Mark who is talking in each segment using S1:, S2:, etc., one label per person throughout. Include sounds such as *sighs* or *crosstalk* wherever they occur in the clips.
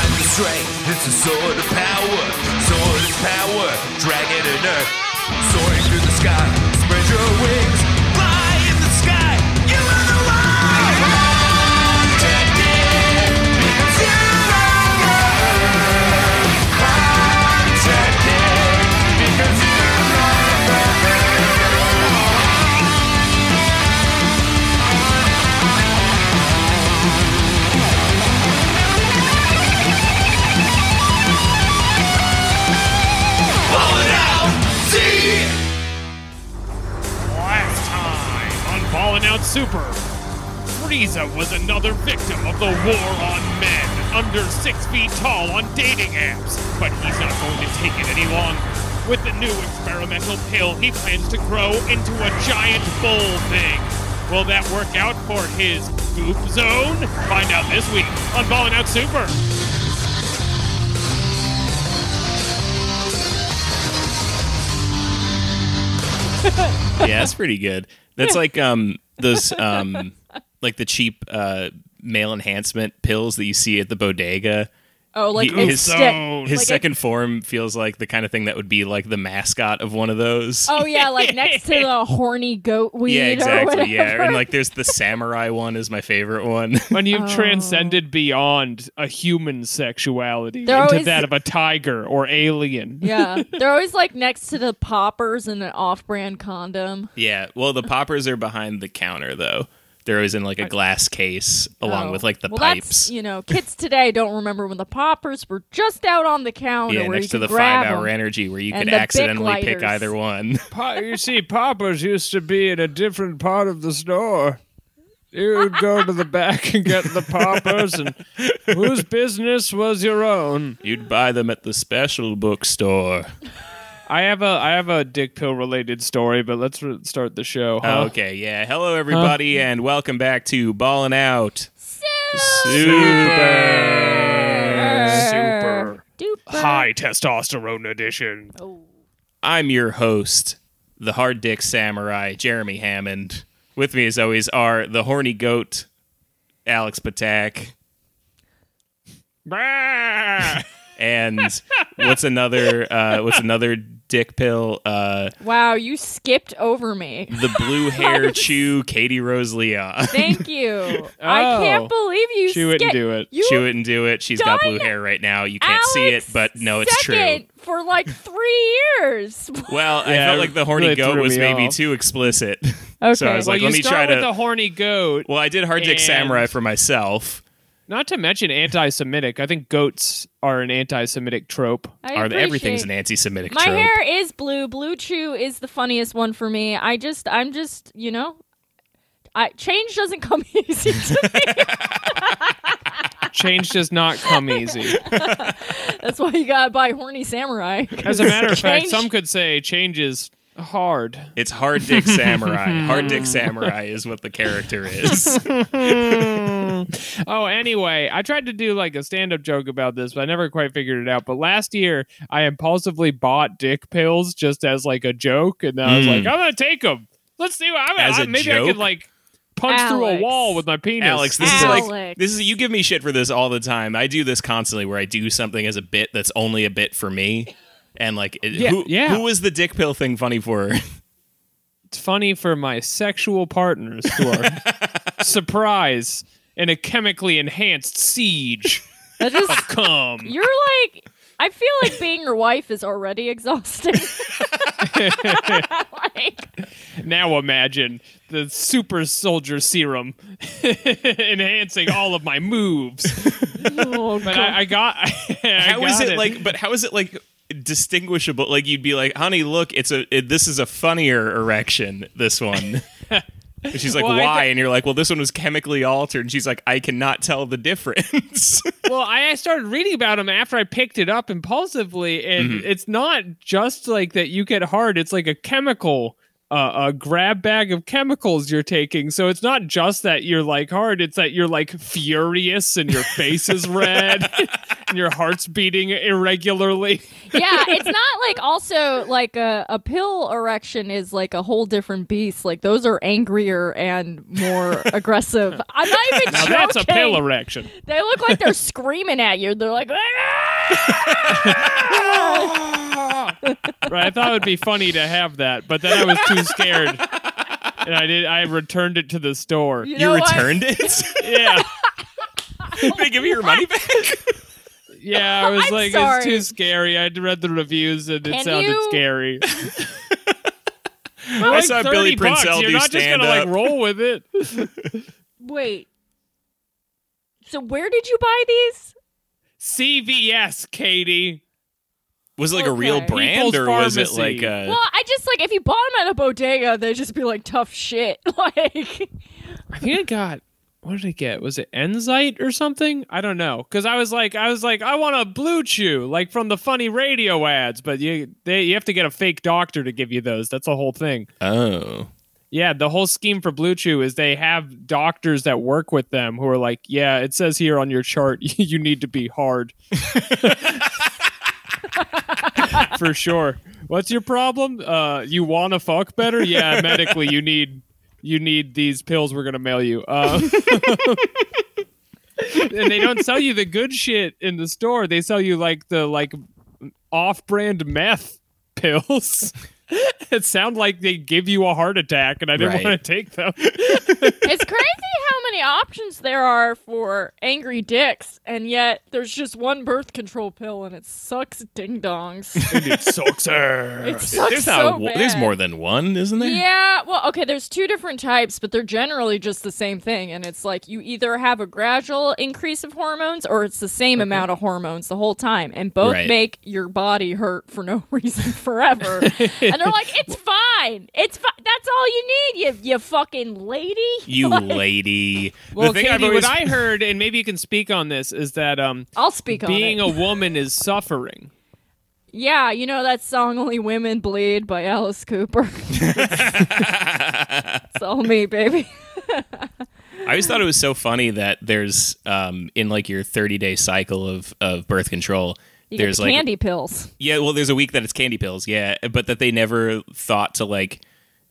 S1: strength. It's a sword of power. Sword is power. Dragon and earth. Soaring through the sky. Spread your wings. Fly in the sky. You are the one. Protected. Because you're on earth. Protected. Because you're on earth.
S2: Last time on Fallen Out Super, Frieza was another victim of the war on men under six feet tall on dating apps. But he's not going to take it any longer. With the new experimental pill, he plans to grow into a giant bull thing. Will that work out for his goop zone? Find out this week on Fallen Out Super.
S3: yeah, that's pretty good. That's like um those um like the cheap uh male enhancement pills that you see at the bodega.
S4: Oh, like
S3: He-
S4: a
S3: his,
S4: stick.
S3: his
S4: Oh, Like a-
S3: second form feels like the kind of thing that would be like the mascot of one of those.
S4: Oh yeah, like next to
S3: *laughs*
S4: the horny goat weed.
S3: yeah,
S4: Or whatever.
S3: exactly. Yeah, and like there's the samurai one is my favorite one. *laughs*
S2: When you've
S4: Oh.
S2: transcended beyond a human sexuality
S4: They're
S2: into
S4: always-
S2: that of a tiger or
S4: *laughs*
S2: alien.
S3: *laughs*
S4: yeah, they're always like next to the poppers and an off-brand condom.
S3: yeah, well the poppers are behind the counter though. They're always in like a glass case along
S4: Oh.
S3: with like the
S4: well, That's,
S3: pipes.
S4: you
S3: *laughs*
S4: know, kids today don't remember when the poppers were just out on the counter.
S3: yeah,
S4: where
S3: next
S4: you
S3: to the
S4: could grab
S3: five hour
S4: 'em.
S3: energy where you
S4: And
S3: could
S4: the Bic
S3: accidentally pick
S4: lighters.
S3: either one. *laughs*
S5: Pa- you see, Papa's used to be in a different part of the store. You'd go to the back and get the Papa's, and whose business was your own?
S3: You'd buy them at the special bookstore.
S2: I have a I have a dick pill related story, but let's re- start the show. Huh?
S3: Okay, yeah. Hello, everybody, and welcome back to Ballin' Out Super.
S2: Super
S4: Duper.
S2: high testosterone edition.
S3: I'm your host, the hard dick samurai, Jeremy Hammond. With me, as always, are the horny goat, Alex Patak,
S2: Brrr.
S4: *laughs*
S3: and what's another? Uh, what's another dick pill? Uh,
S4: Wow, you skipped over
S3: *laughs*
S4: me.
S3: the
S4: *laughs*
S3: blue hair chew, Katie Rose Leon.
S4: Thank you. I
S2: Oh.
S4: can't believe you.
S2: she wouldn't
S4: skipped-
S2: do it.
S4: You
S3: *laughs* She wouldn't do it. She's got blue
S4: done
S3: hair right now. You can't see it,
S4: Alex
S3: but no, it's true.
S4: second For like three years. *laughs*
S3: Well, I
S2: Yeah,
S3: felt
S2: it
S3: like the horny
S2: really
S3: goat
S2: threw
S3: was
S2: me
S3: maybe
S2: off.
S3: too explicit. *laughs* So
S4: Okay.
S3: I was
S2: well,
S3: like,
S2: you
S3: let me
S2: start
S3: try
S2: with
S3: to.
S2: the horny goat.
S3: well, I did hard dick
S2: And-
S3: samurai for myself.
S2: Not to mention anti-Semitic. I think goats are an anti-Semitic trope.
S4: I
S3: Are the, everything's
S4: appreciate-
S3: an anti-Semitic
S4: My
S3: trope?
S4: hair is blue. Blue Chew is the funniest one for me. I just, I'm just, you know, I change doesn't come *laughs* easy to
S3: *laughs*
S4: me.
S2: Change does not come easy.
S4: That's why you gotta buy horny samurai.
S2: As
S4: *laughs*
S2: a matter of fact,
S4: Change-
S2: some could say change is hard.
S3: It's hard
S4: *laughs*
S3: dick samurai. hard
S2: *laughs*
S3: dick samurai is what the character
S4: *laughs*
S3: is.
S2: Oh, anyway, I tried to do like a stand up joke about this, but I never quite figured it out. But last year, I impulsively bought dick pills just as like a joke, and then I was
S3: Mm.
S2: like, I'm gonna take them. Let's see what I'm
S3: As
S2: I-
S3: a
S2: maybe I
S3: joke?
S2: could like punch through a
S4: Alex.
S2: wall with my penis.
S3: Alex, this is like
S4: Alex.
S3: this is you give me shit for this all the time. I do this constantly where I do something as a bit that's only a bit for me. And like it-
S2: Yeah,
S3: who
S2: yeah.
S3: who is the dick pill thing funny for?
S2: it's funny for my sexual partners who
S3: *laughs*
S2: are surprised in a chemically enhanced siege
S4: That is,
S3: *laughs*
S2: come.
S4: you're like, I feel like being your wife is already *laughs*
S3: *laughs*
S4: exhausting. like,
S2: Now imagine the super soldier serum *laughs* enhancing all of my moves.
S4: oh,
S2: But
S4: God.
S2: I, I got. *laughs* I
S3: How is
S2: got
S3: it like but how is it like distinguishable like you'd be like honey look it's a it, this is a funnier erection this one And she's like
S2: Well, I
S3: why and you're like well this one was chemically altered and she's like i cannot tell the difference
S2: Well, I I started reading about him after I picked it up
S3: Mm-hmm.
S2: impulsively, and it's not just like that you get hard. It's like a chemical uh, a grab bag of chemicals you're taking. So it's not just that you're like hard; it's that you're like furious and your face
S3: *laughs*
S2: is red *laughs* and your heart's beating irregularly.
S4: yeah, it's not like also like a, a pill erection is like a whole different beast. Like those are angrier and more aggressive. I'm not even
S2: Now
S4: joking.
S2: that's a pill er- erection.
S4: They look like they're screaming at you. They're like, "Ah!"
S2: Right, I thought it would be funny to have that, but then I was too scared, and I did. I returned it to the store.
S4: you,
S3: You
S4: know what?
S3: returned it?
S2: *laughs* Yeah,
S3: they give you your money back?
S2: yeah. I was
S4: I'm
S2: like,
S4: sorry.
S2: it's too scary. I read the reviews, and it
S4: Can
S2: sounded
S4: you- *laughs*
S2: scary.
S3: I saw
S2: 30
S3: Billy
S2: bucks,
S3: Prinsell
S2: You're
S3: do
S2: not just
S3: stand
S2: gonna
S3: up.
S2: like roll with it.
S4: Wait. So where did you buy these?
S2: CVS, Katie.
S3: was it like a real
S4: Okay.
S3: brand
S2: People's
S3: or was it
S2: Pharmacy.
S3: like a
S4: Well, I just like if you bought them at a bodega, they'd just be like tough shit. *laughs* Like,
S2: I think I got. What did I get? Was it Enzyte or something? I don't know. Cause I was like, I was like, I want a blue chew, like from the funny radio ads. But you, they, you have to get a fake doctor to give you those. That's the whole thing.
S3: oh
S2: Yeah, the whole scheme for Blue Chew is they have doctors that work with them who are like, yeah, it says here on your chart *laughs* you need to be hard. for sure. What's your problem? Uh, you want to fuck better? *laughs* Yeah, medically you need you need these pills we're gonna mail you. Uh, *laughs* and they don't sell you the good shit in the store. They sell you like the like off-brand meth pills. *laughs* it sound like they give you a heart attack, and I didn't
S3: Right.
S2: want to take them.
S4: it's crazy how many options there are for angry dicks, and yet there's just one birth control pill, and it sucks ding dongs.
S2: it
S3: *laughs*
S2: sucks
S4: It sucks
S3: there's
S4: so
S3: not
S4: bad.
S3: there's more than one, isn't there?
S4: Yeah, well, okay, there's two different types, but they're generally just the same thing. And it's like you either have a gradual increase of hormones or it's the same amount of hormones the whole time. And both
S3: Right.
S4: make your body hurt for no *laughs* reason forever. and they're like,
S3: *laughs*
S4: it's fine. It's fi- That's all you need, you, you fucking lady. *laughs*
S3: You lady.
S2: Well,
S3: the thing
S2: Katie,
S3: I've always
S2: what I heard, and maybe you can speak on this, is that um,
S4: I'll speak
S2: being
S4: on it.
S2: a woman is suffering.
S4: yeah, you know that song Only Women Bleed by Alice
S3: *laughs*
S4: Cooper? it's all me, baby.
S3: I always thought it was so funny that there's um in like your 30 day cycle of of birth control
S4: You get
S3: there's
S4: the
S3: like
S4: candy pills.
S3: yeah well there's a week that it's candy pills yeah but that they never thought to like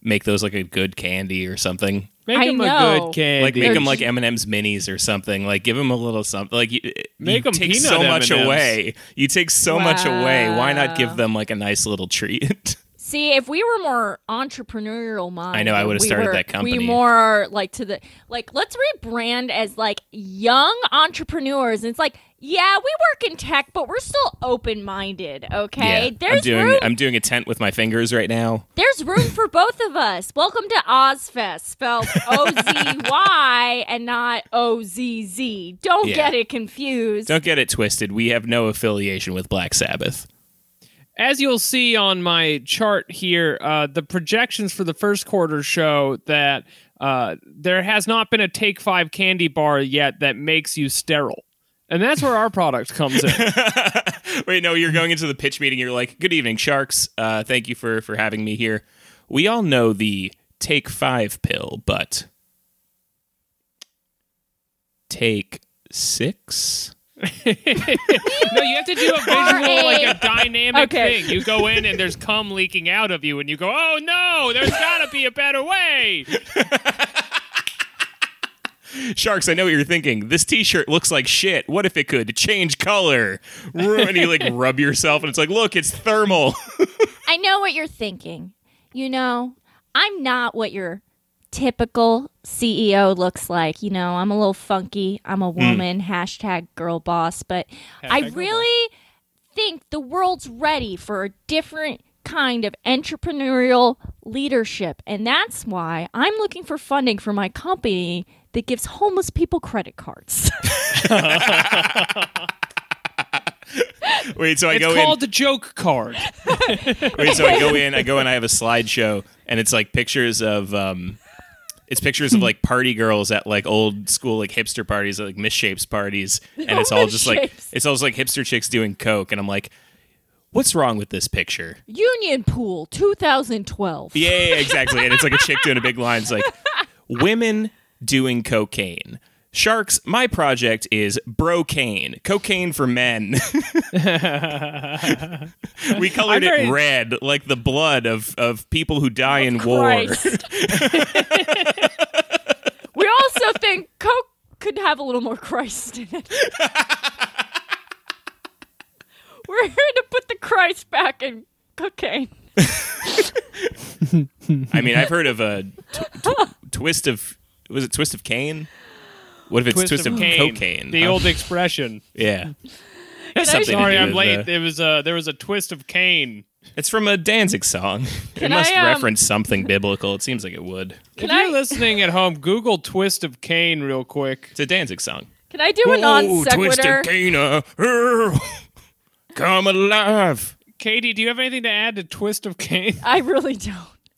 S3: make those like a good candy or something
S2: Make
S4: I
S2: them a
S4: know.
S2: good candy.
S3: like make
S4: Or
S3: them like
S4: j-
S3: M and M's minis or something. Like give them a little something. Like you,
S2: Make
S3: you
S2: 'em
S3: take
S2: peanut
S3: so much
S2: M&Ms.
S3: away. You take so much away. Why not
S4: Wow.
S3: give them like a nice
S4: *laughs*
S3: little treat?
S4: See, if we were more entrepreneurial mind,
S3: I know, I
S4: and
S3: would've
S4: we
S3: started
S4: were-
S3: that company.
S4: We more like to the like let's rebrand as like young entrepreneurs. And it's like, yeah, we work in tech, but we're still open minded. Okay,
S3: I'm
S4: there's
S3: doing
S4: room.
S3: I'm doing a tent with my fingers right now.
S4: there's room for both of us. Welcome to Ozfest, spelled O Z Y and not O Z Z. Don't
S3: Yeah.
S4: get it confused.
S3: Don't get it twisted. We have no affiliation with Black Sabbath.
S2: as you'll see on my chart here, uh, the projections for the first quarter show that uh, there has not been a Take Five candy bar yet that makes you sterile. And that's where our product comes in.
S3: Wait, no, you're going into the pitch meeting. You're like, "Good evening, sharks. Uh, thank you for for having me here. We all know the take five pill, but take six.
S2: no, you have to do a visual, like a dynamic
S4: Okay.
S2: thing. You go in and there's cum leaking out of you, and you go, "Oh no, there's gotta be a better
S3: *laughs*
S2: way."
S3: Sharks, I know what you're thinking. This T-shirt looks like shit. What if it could change color? And you like rub yourself, and it's like, look, it's thermal. *laughs*
S4: I know what you're thinking. You know, I'm not what your typical CEO looks like. You know, I'm a little funky. I'm a woman, hashtag girl boss, but I
S2: girl
S4: really think the world's ready for a different kind of entrepreneurial leadership. And that's why I'm looking for funding for my company that gives homeless people credit cards. *laughs*
S3: Wait, so I
S2: It's
S3: go
S2: called the joke card.
S3: in. *laughs* Wait, so I go in. I go in. I have a slideshow, and it's like pictures of. um it's pictures of like party girls at like old school like hipster parties, like misshapes parties, and it's all just like
S4: Misshapes.
S3: it's all just like hipster chicks doing coke, and I'm like, what's wrong with this picture?
S4: Union Pool 2012.
S3: Yeah, yeah, exactly. And it's like a chick doing a big line. It's like women doing cocaine. Sharks, my project is brocaine, cocaine for men. *laughs* we colored
S2: I'm very-
S3: it red, like the blood of, of people who die in war.
S2: *laughs*
S4: Christ. *laughs* we also think Coke could have a little more Christ in
S2: *laughs*
S4: it. We're here to put the Christ back in cocaine.
S3: I mean, I've heard of a tw- tw- twist of was it twist of cane? What if it's twist, of,
S2: cane,
S3: cocaine?
S2: The
S3: Oh,
S2: old expression.
S3: yeah.
S4: Can I-
S3: something-
S2: Sorry,
S3: do uh,
S2: I'm
S3: with
S2: late.
S3: the-
S2: There was a there was a twist of cane.
S3: It's from a Danzig song. it
S4: Can
S3: must
S4: I, um,
S3: reference something biblical. It seems like it would.
S4: Can
S2: if you're
S4: I-
S2: listening at home, Google twist of cane real quick.
S3: It's a Danzig song.
S4: Can I do a non sequitur?
S3: Kana, come alive.
S2: Katie, do you have anything to add to twist of cane?
S4: I really don't.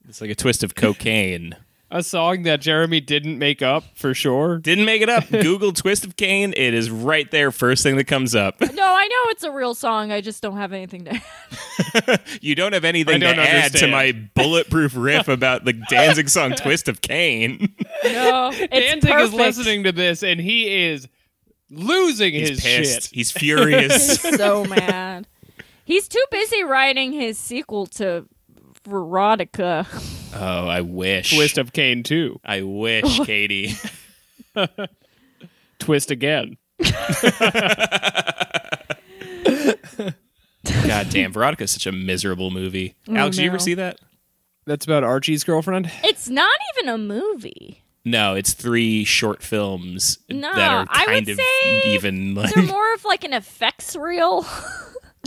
S3: It's like a twist of cocaine.
S2: *laughs* A song that Jeremy didn't make up for sure.
S3: Didn't make it *laughs* up. Google twist of cane. It is right there. First thing that comes up.
S4: No, I know it's a real song. I just don't have anything
S2: *laughs*
S4: to.
S3: You don't have
S2: I
S3: anything
S2: don't
S3: to add to
S2: understand.
S3: my bulletproof riff about the Danzig song "Twist of Cane."
S4: No, it's
S2: Danzig
S4: perfect.
S2: is listening to this and he is losing
S3: *laughs* He's
S2: his
S3: pissed.
S2: shit.
S3: He's furious.
S4: He's so mad. He's too busy writing his sequel to Veronica.
S3: *laughs* Oh, I wish.
S2: Twist of cane too.
S3: I *laughs* wish, Katie.
S2: Twist again.
S3: God damn, Veronica's such a miserable movie. Alex, you ever
S4: no.
S3: see that?
S2: That's about Archie's girlfriend.
S4: It's not even a movie.
S3: No, it's three short films
S4: No,
S3: that are
S4: I would
S3: kind of
S4: say
S3: even like.
S4: They're more of like an effects
S3: *laughs*
S4: reel. *laughs*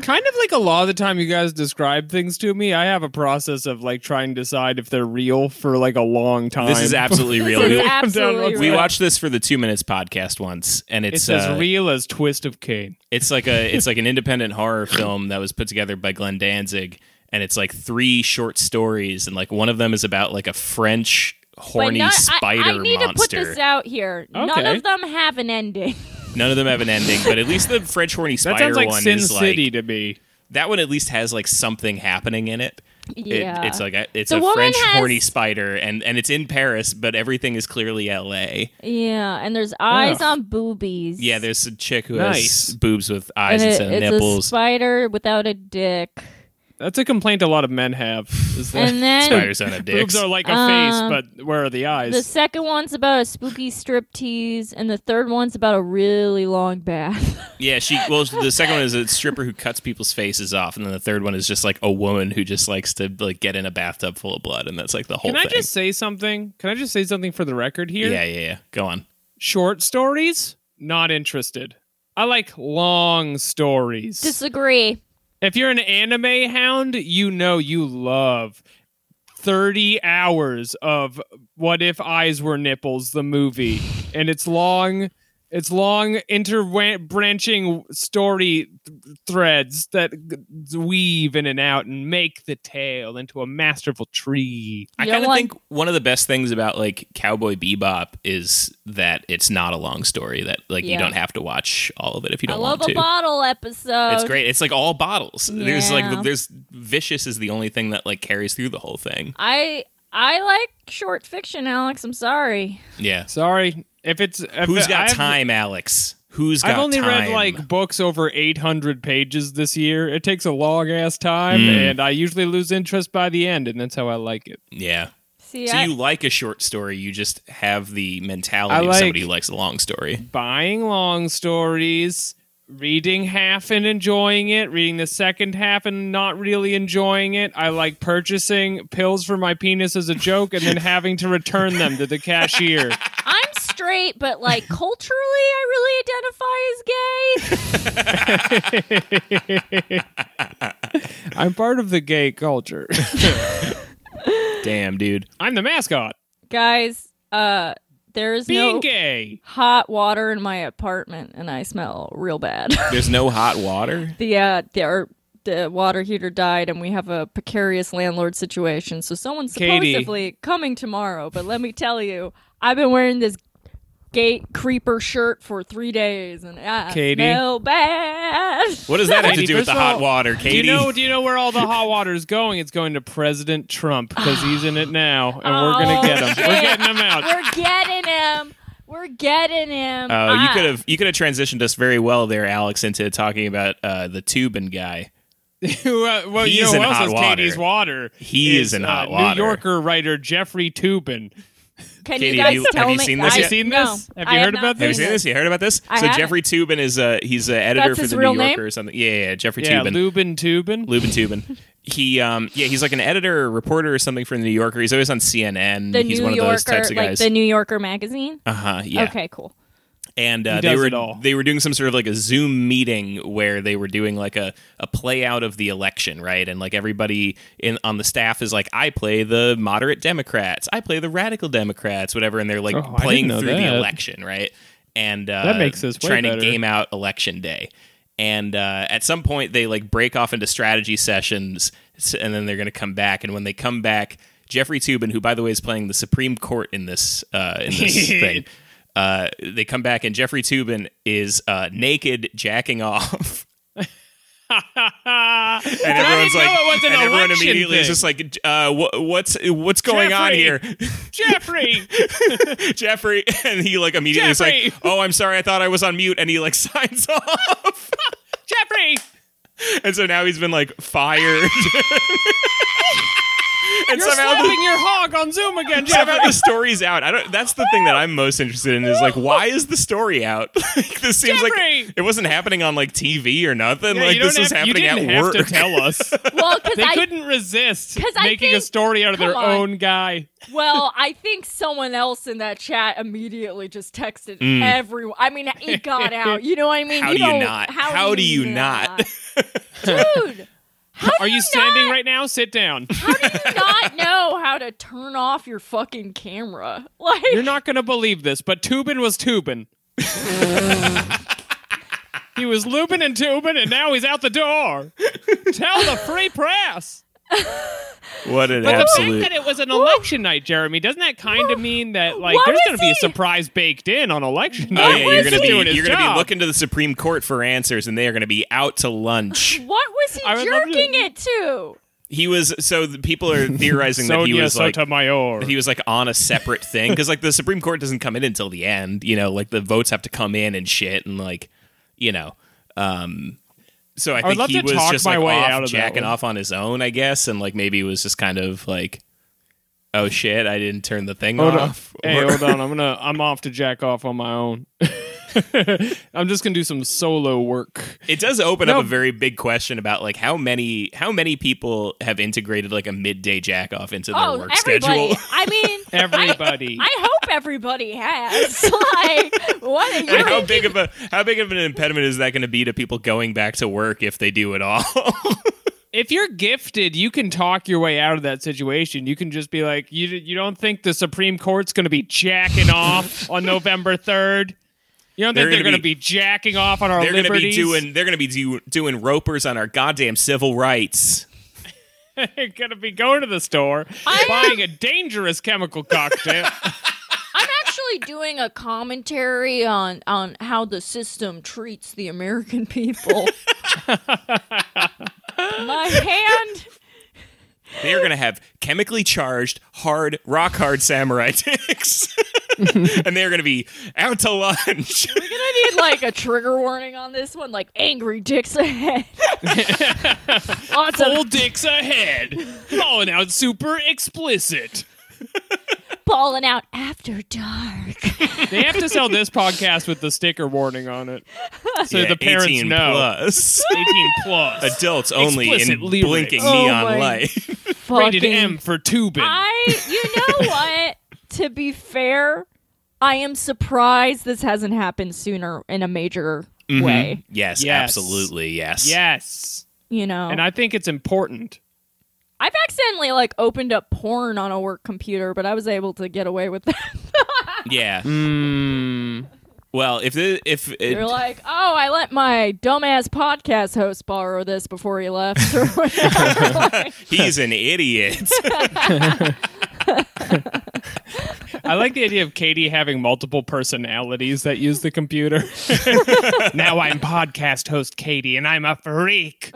S2: Kind of like a lot of the time you guys describe things to me, I have a process of like trying to decide if they're real for like a long time.
S3: This is
S2: *laughs*
S3: absolutely real.
S4: This is
S3: We,
S4: absolutely
S2: with
S3: we
S2: that.
S4: real.
S3: watched this for the two minutes podcast once, and it's
S2: It's
S3: uh,
S2: as real as Twist of Cane.
S3: It's like a it's like an independent horror film that was put together by Glenn Danzig, and it's like three short stories, and like one of them is about like a French
S4: But
S3: horny
S4: not- I-
S3: spider
S4: I, need
S3: monster.
S4: to put this out here. None
S2: Okay.
S4: of them have an ending. *laughs*
S3: None of them have an ending, but at least the French horny
S2: That
S3: spider
S2: sounds like
S3: one
S2: Sin
S3: is
S2: City
S3: like
S2: to me.
S3: that one at least has like something happening in it. It-
S4: Yeah.
S3: it's like a, it's
S4: The
S3: a
S4: woman
S3: French
S4: has-
S3: horny spider, and and it's in Paris, but everything is clearly L.A.
S4: Yeah, and there's eyes
S2: Ugh.
S4: on boobies.
S3: Yeah, there's a chick who
S2: Nice.
S3: has boobs with eyes
S4: and it-
S3: instead of
S4: it's a
S3: nipples.
S4: spider without a
S3: *laughs*
S4: dick.
S2: That's a complaint a lot of men have. Is that
S4: And then
S3: Spiders on a dick.
S2: *laughs* boobs are like a
S4: Um,
S2: face, but where are the eyes?
S4: The second one's about a spooky striptease, and the third one's about a really long bath.
S3: *laughs*
S4: *laughs*
S3: Yeah, she. Well, the second one is a stripper who cuts people's faces off, and then the third one is just like a woman who just likes to like get in a bathtub full of blood, and that's like the whole
S2: Can I
S3: thing.
S2: just say something? Can I just say something for the record here?
S3: yeah, yeah, yeah. Go on.
S2: Short stories, not interested. I like long stories.
S4: Disagree.
S2: if you're an anime hound, you know you love 30 hours of What If Eyes Were Nipples, the movie. And it's long, it's long interbranching story th- threads that g- weave in and out and make the tale into a masterful tree.
S3: I
S4: You
S3: kind of
S4: want-
S3: think one of the best things about like Cowboy Bebop is that it's not a long story. That like you
S4: Yeah.
S3: don't have to watch all of it if you
S4: I
S3: don't
S4: love
S3: want
S4: a
S3: to.
S4: bottle episode.
S3: It's great. It's like all bottles. There's like
S4: Oh. Yeah.
S3: the, there's vicious is the only thing that like carries through the whole thing.
S4: I I like short fiction, Alex. I'm sorry.
S3: Yeah.
S2: Sorry. If it's if
S3: Who's got
S2: I've-
S3: time, Alex? Who's got
S2: I've only read
S3: time?
S2: like books over 800 pages this year. It takes a long ass time,
S3: Mm.
S2: and I usually lose interest by the end, and that's how I like it.
S3: yeah.
S4: See,
S3: So
S4: I,
S3: you like a short story, you just have the mentality
S2: I
S3: of somebody
S2: like-
S3: who likes a long story.
S2: Buying long stories, reading half and enjoying it, reading the second half and not really enjoying it. I like purchasing pills for my penis as a joke and *laughs* then having to return them to the cashier.
S4: I'm straight, but like culturally, I really identify as gay.
S2: I'm part of the gay culture.
S3: Damn, dude.
S2: *laughs* I'm the mascot. *laughs*
S4: Guys, uh, there is
S2: Being
S4: no
S2: gay.
S4: hot water in my apartment, and I smell real bad. *laughs*
S3: There's no hot water.
S4: the uh, the our, the water heater died, and we have a precarious landlord situation. So someone's
S2: Katie.
S4: supposedly coming tomorrow. But let me tell you, I've been wearing this gate creeper shirt for three days, and I
S2: Katie.
S4: smell bad. bad.
S3: What does that have to
S2: Katie,
S3: do
S2: first
S3: with the
S2: of all,
S3: hot water, Katie?
S2: Do you know? Do you know where all the hot water is going? It's going to President Trump because he's in it now, and we're gonna get him. Oh, We're getting him out. *laughs*
S4: We're getting him. We're getting him.
S3: Oh, you
S4: Ah,
S3: could have you could have transitioned us very well there, Alex, into talking about uh, the Tubin guy.
S2: well, well,
S3: He's
S2: you know
S3: in
S2: who else
S3: hot
S2: is
S3: water.
S2: Katie's water? uh,
S3: He is in hot water.
S2: New Yorker writer Jeffrey Tubin.
S4: Can
S3: Katie,
S4: you
S3: have
S4: guys
S3: you-
S4: tell
S3: have you
S4: me?
S3: seen this
S4: I-
S3: yet?
S2: Seen
S4: no,
S2: this? Have
S4: I
S2: you heard
S4: not
S2: about
S3: Have you seen this? You heard about this?
S4: I
S3: so
S4: haven't.
S3: Jeffrey Tubin is uh he's an editor
S4: That's
S3: for
S4: his
S3: the
S4: real
S3: New Yorker
S4: name?
S3: or something. Yeah, yeah, yeah, Jeffrey
S2: Yeah,
S3: Tubin.
S2: Lubin Tubin. *laughs*
S3: Lubin Tubin. He um yeah, he's like an editor or reporter or something for the New Yorker. He's always on CNN.
S4: The
S3: he's
S4: New
S3: one of
S4: Yorker,
S3: those types of
S4: like
S3: guys.
S4: the New Yorker magazine.
S3: uh-huh, yeah.
S4: Okay, cool.
S3: and uh,
S2: He
S3: they
S2: does
S3: were
S2: it all.
S3: they were doing some sort of like a Zoom meeting where they were doing like a, a play out of the election, right? And like everybody in on the staff is like, I play the moderate Democrats, I play the radical Democrats, whatever, and they're like
S2: Oh, I didn't
S3: playing
S2: know
S3: through the
S2: that.
S3: election, right? And uh,
S2: That makes this way
S3: trying
S2: better.
S3: to game out election day. And uh, at some point, they like break off into strategy sessions, s- and then they're going to come back. And when they come back, Jeffrey Tubin, who by the way is playing the Supreme Court in this uh, in
S2: *laughs*
S3: this thing, uh, they come back and Jeffrey Tubin is uh, naked
S2: *laughs*
S3: jacking off. and everyone's
S2: didn't know
S3: like,
S2: it was an
S3: and everyone
S2: election
S3: immediately is
S2: thing.
S3: just like, uh, wha- what's what's going on here,
S2: Jeffrey!
S3: *laughs*
S2: Jeffrey.
S3: Jeffrey? *laughs* And he like immediately is like,
S2: Jeffrey!
S3: oh, I'm sorry, I thought I was on mute, and he like *laughs* signs off,
S2: Jeffrey.
S3: and so now he's been like
S2: *laughs*
S3: fired. *laughs* and
S2: You're
S3: somehow the,
S2: slapping your hog on Zoom again,
S3: *laughs* somehow
S2: Jeffrey.
S3: the story's out. I don't. That's the thing that I'm most interested in is like, why is the story out? *laughs* Like, this seems
S2: Jeffrey!
S3: like it wasn't happening on like TV or nothing.
S2: Yeah,
S3: like
S2: you don't
S3: this is
S2: have- you
S3: happening at
S2: didn't have
S3: work.
S2: to tell us.
S4: Well, because
S2: They
S4: I
S2: couldn't resist
S4: 'Cause I
S2: making a
S4: think-
S2: story out of their
S4: come on.
S2: own guy.
S4: well, I think someone else in that chat immediately just texted everyone. I mean, it got out. You know what I mean?
S3: Mm. How do you
S4: don't-
S3: not? How do you not?
S4: dude?
S2: Are you standing right now? Sit down.
S4: How do you not know how to turn off your fucking camera? Like,
S2: You're not going to believe this, but Tubin was
S3: *laughs*
S2: Tubin. he was Lubin and Tubin, and now he's out the door. Tell the free press.
S3: *laughs* What an
S2: But the
S3: absolute.
S2: fact that it was an election night, Jeremy, doesn't that kind of mean that like
S4: What
S2: there's
S4: was
S2: going to be a
S4: he-
S2: surprise baked in on election
S3: Oh
S2: night?
S3: yeah, you're
S2: He's
S3: gonna
S2: just
S3: be
S2: doing his
S3: you're gonna
S2: job.
S3: be looking to the Supreme Court for answers, and they are gonna be out
S2: *laughs*
S3: to lunch.
S4: what was he
S2: I would love to-
S4: jerking it to?
S3: He was so the people
S2: *laughs*
S3: are theorizing that he
S2: Sonia
S3: was like
S2: Sotomayor.
S3: he was like on a separate thing because like the Supreme Court doesn't come in until the end. You know, like the votes have to come in and shit, and like you know, um. So I
S2: would
S3: think
S2: love
S3: he
S2: to
S3: was
S2: talk
S3: just
S2: my
S3: like
S2: way
S3: off
S2: out of that
S3: jacking
S2: one.
S3: off on his own, I guess, and like maybe was just kind of like, oh shit, I didn't turn the thing
S2: Hold on.
S3: off.
S2: Oh, Hey,
S3: Or-
S2: hold on. I'm gonna. I'm off to jack off on my own. *laughs* I'm just gonna do some solo work.
S3: It does open
S2: No.
S3: up a very big question about like how many how many people have integrated like a midday jack off into their
S4: Oh,
S3: work
S4: everybody.
S3: schedule. *laughs*
S4: I
S2: *laughs*
S4: mean,
S2: Everybody.
S4: I hope everybody has. *laughs* Like, what? Are
S3: Like, how
S4: you
S3: big of a how big of an impediment is that going to be to people going back to work if they do at all? *laughs*
S2: if you're gifted, you can talk your way out of that situation. You can just be like, you you don't think the Supreme Court's going to be jacking off on November 3rd? You don't
S3: They're
S2: think they're
S3: gonna
S2: going to be, jacking off on our
S3: they're going to be
S2: liberties?
S3: doing they're going to be do, doing ropers on our goddamn civil rights.
S2: they're going to be going to the store,
S4: I-
S2: buying a dangerous chemical cocktail.
S4: I'm actually doing a commentary on on how the system treats the American
S2: *laughs*
S4: people. My hand.
S3: They're going to have chemically charged, hard, rock hard samurai *laughs* dicks, and they're going to be out to lunch.
S4: We're gonna need like a trigger warning on this one, like angry dicks ahead.
S2: *laughs*
S4: Lots
S2: Full
S4: of
S2: *laughs* *laughs* dicks ahead. Calling out super explicit.
S4: balling out after dark.
S2: They have to sell this podcast with the sticker warning on it. So
S3: Yeah,
S2: the parents
S3: 18
S2: know.
S3: plus. *laughs*
S2: 18 plus.
S3: Adults only
S2: Explicit
S3: in
S2: lyrics.
S3: blinking
S4: Oh my-
S3: neon light.
S2: Rated
S4: Fucking-
S2: M for tubing.
S4: I. You know
S2: *laughs*
S4: what? to be fair, I am surprised this hasn't happened sooner in a major
S2: Mm-hmm.
S4: way.
S3: *laughs* yes,
S2: Yes.
S3: absolutely, yes.
S2: Yes.
S4: You know,
S2: And I think it's important.
S4: I've accidentally like opened up porn on a work computer, but I was able to get away with that.
S3: Yeah. Well, if the, if it,
S4: They're like, "Oh, I let my dumbass podcast host borrow this
S2: *laughs*
S4: before he left." Or whatever.
S3: he's an idiot.
S2: I like the idea of Katie having multiple personalities that use the computer. *laughs* now I'm podcast host Katie and I'm a freak.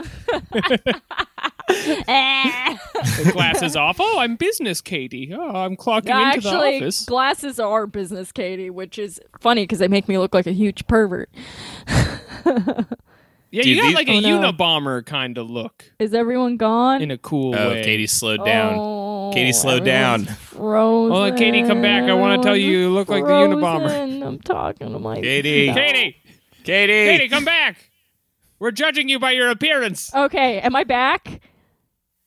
S4: Eh.
S2: The glass is off. Oh, I'm business Katie. Oh, I'm clocking into the
S4: Actually,
S2: office.
S4: glasses are business, Katie, which is funny because they make me look like a huge pervert.
S2: Yeah,
S3: Dude,
S2: you got
S3: these-
S2: like a
S4: Oh, no.
S2: Unabomber kind of *laughs* look
S4: Is everyone gone?
S2: in a cool
S3: Oh,
S2: way.
S3: Katie slowed down.
S4: Oh,
S3: Katie, slow
S4: everyone's
S3: down.
S4: Frozen.
S2: Hold on, Katie, come back. I wanna tell you, you look like the Unabomber.
S4: Frozen. I'm talking to my
S3: Katie.
S4: No.
S2: Katie,
S3: Katie.
S2: Katie, come back. We're judging you by your appearance.
S4: Okay, am I back?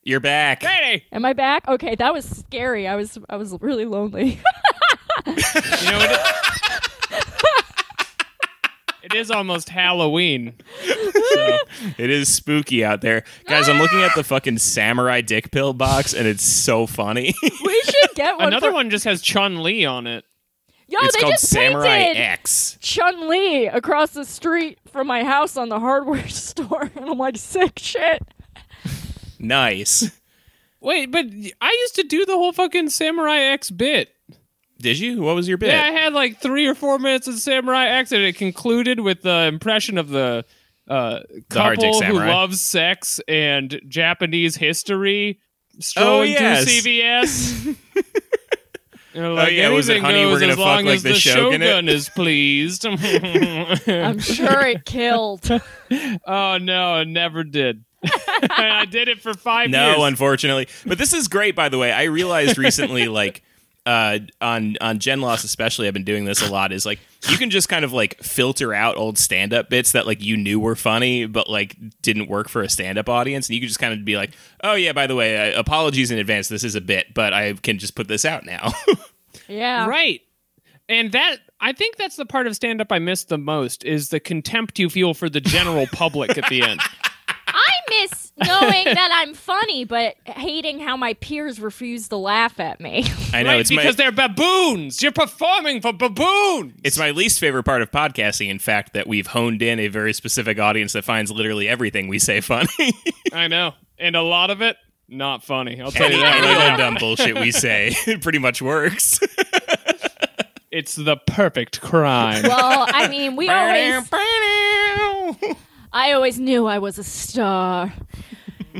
S3: You're back.
S2: Katie,
S4: Am I back? Okay, that was scary. I was I was really lonely. *laughs*
S2: you know what? *laughs* It, it is almost Halloween. So.
S3: It is spooky out there. Guys, I'm looking at the fucking samurai dick pill box and it's so funny. *laughs*
S4: we should get one.
S2: Another
S4: for-
S2: one just has Chun Li on it.
S4: Yo,
S3: it's
S4: they
S3: called
S4: just
S3: Samurai
S4: painted
S3: X.
S4: Chun Li across the street from my house on the hardware *laughs* store, and I'm like, sick shit.
S3: Nice.
S2: Wait, but I used to do the whole fucking Samurai X bit.
S3: Did you? What was your bit?
S2: Yeah, I had like three or four minutes of Samurai X, and it concluded with the impression of the uh,
S3: hard dick
S2: couple who
S3: samurai.
S2: loves sex and Japanese history strolling
S3: Oh, yes.
S2: through
S3: *laughs*
S2: CVS. And they're
S3: Oh, yeah, was it,
S2: "Anything
S3: "Honey, we're
S2: goes
S3: gonna
S2: as long
S3: fuck like
S2: as
S3: the shogun it?"
S2: shogun is
S3: *laughs*
S2: pleased.
S4: *laughs* I'm sure it killed.
S2: oh no, it never did. *laughs* I did it for five years.
S3: no, unfortunately. But this is great, by the way. I realized recently, like uh, on on Gen Loss especially, I've been doing this a lot. Is like you can just kind of like filter out old stand up bits that like you knew were funny, but like didn't work for a stand up audience, and you can just kind of be like, oh yeah, by the way, uh, apologies in advance. This is a bit, but I can just put this out now.
S4: Yeah.
S2: Right. And that I think that's the part of stand up I miss the most is the contempt you feel for the general public at the
S3: *laughs*
S2: end.
S4: I miss knowing that I'm funny, but hating how my peers refuse to laugh at me. *laughs*
S3: I know
S2: Right?
S3: it's my
S2: because they're baboons. You're performing for baboons.
S3: It's my least favorite part of podcasting, in fact, that we've honed in a very specific audience that finds literally everything we say
S2: *laughs*
S3: funny.
S2: I know. And a lot of it not funny. I'll tell
S3: Any
S2: you that.
S3: other dumb bullshit we say *laughs* it pretty
S2: *laughs*
S3: much works.
S2: It's the perfect crime.
S4: well, I mean, we always.
S3: That's
S4: I always knew I was a star.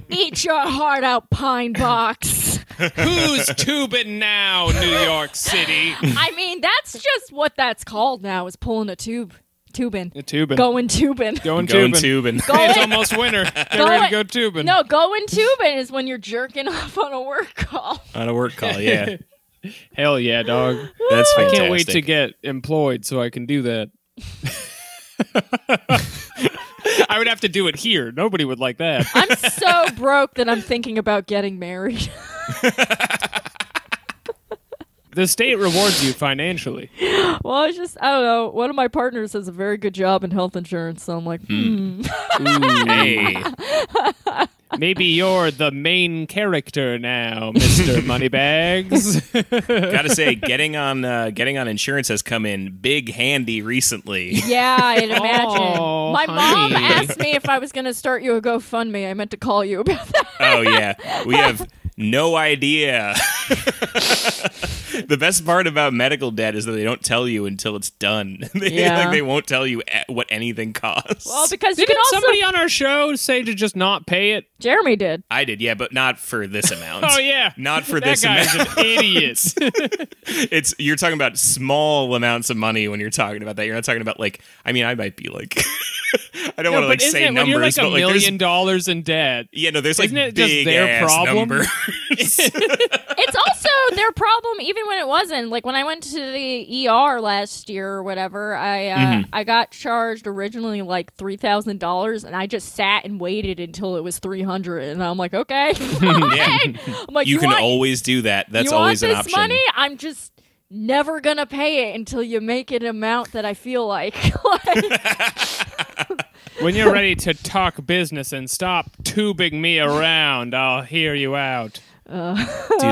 S4: Eat your heart out, pine box.
S2: Who's tubing now, New York City?
S4: I mean, that's just what that's called now is pulling a tube. Tubing.
S2: tubing.
S4: Going tubing.
S2: going
S3: Going
S2: tubing.
S3: tubing.
S4: Going-
S2: It's almost winter. Get ready to go tubing.
S4: No, going tubing is when you're jerking *laughs* off on a work call.
S3: *laughs* On a work
S2: *laughs*
S3: call, yeah.
S2: Hell yeah, dog.
S3: That's fantastic.
S2: Can't wait to get employed so I can do
S3: *laughs*
S2: that. I would have to do it here. Nobody would like that.
S4: I'm so broke that I'm thinking about getting married. *laughs*
S2: The state rewards you financially.
S4: Well, I was just, I don't know. One of my partners has a very good job in health insurance, so I'm like, hmm.
S3: Hey,
S2: Maybe you're the main character now,
S3: *laughs*
S2: Mr. Moneybags.
S3: gotta say, getting on uh, getting on insurance has come in big handy recently.
S4: Yeah, I'd imagine.
S2: Oh,
S4: my mom
S2: honey.
S4: asked me if I was going to start you a GoFundMe. I meant to call you about that.
S3: Oh yeah,
S2: *laughs*
S3: we have no idea. *laughs* the best part about medical debt is that they don't tell you until it's done. *laughs* they,
S4: Yeah.
S3: like, they won't tell you a- what anything costs.
S4: Well, because you
S2: Didn't
S4: can also.
S2: somebody on our show say to just not pay it?
S4: Jeremy did.
S3: I did, yeah, but not for this amount.
S2: *laughs* Oh yeah,
S3: not for
S2: that
S3: this
S2: guy's
S3: amount.
S2: an idiot.
S3: *laughs* it's you're talking about small amounts of money when you're talking about that. You're not talking about like. I mean, I might be like. *laughs* I
S2: No,
S3: don't want to like
S2: isn't
S3: say
S2: it when
S3: numbers,
S2: you're like a
S3: but like
S2: million
S3: there's.
S2: dollars in debt?
S3: Yeah, no, there's like
S2: isn't it just
S3: big
S2: their
S3: ass
S2: problem? *laughs*
S3: *laughs* numbers.
S4: It's also their problem, even when it wasn't. Like when I went to the ER last year or whatever, I uh,
S3: Mm-hmm.
S4: I got charged originally like three thousand dollars, and I just sat and waited until it was three hundred, and I'm like,
S3: *laughs*
S4: okay, I'm like,
S3: you,
S4: you,
S3: can
S4: want,
S3: always do that. That's
S4: you
S3: always
S4: want
S3: an
S4: this
S3: option.
S4: money? I'm just never gonna pay it until you make it an amount that I feel like. *laughs* like
S2: When you're ready to talk business and stop tubing me around, I'll hear you out. *laughs*
S3: Dude,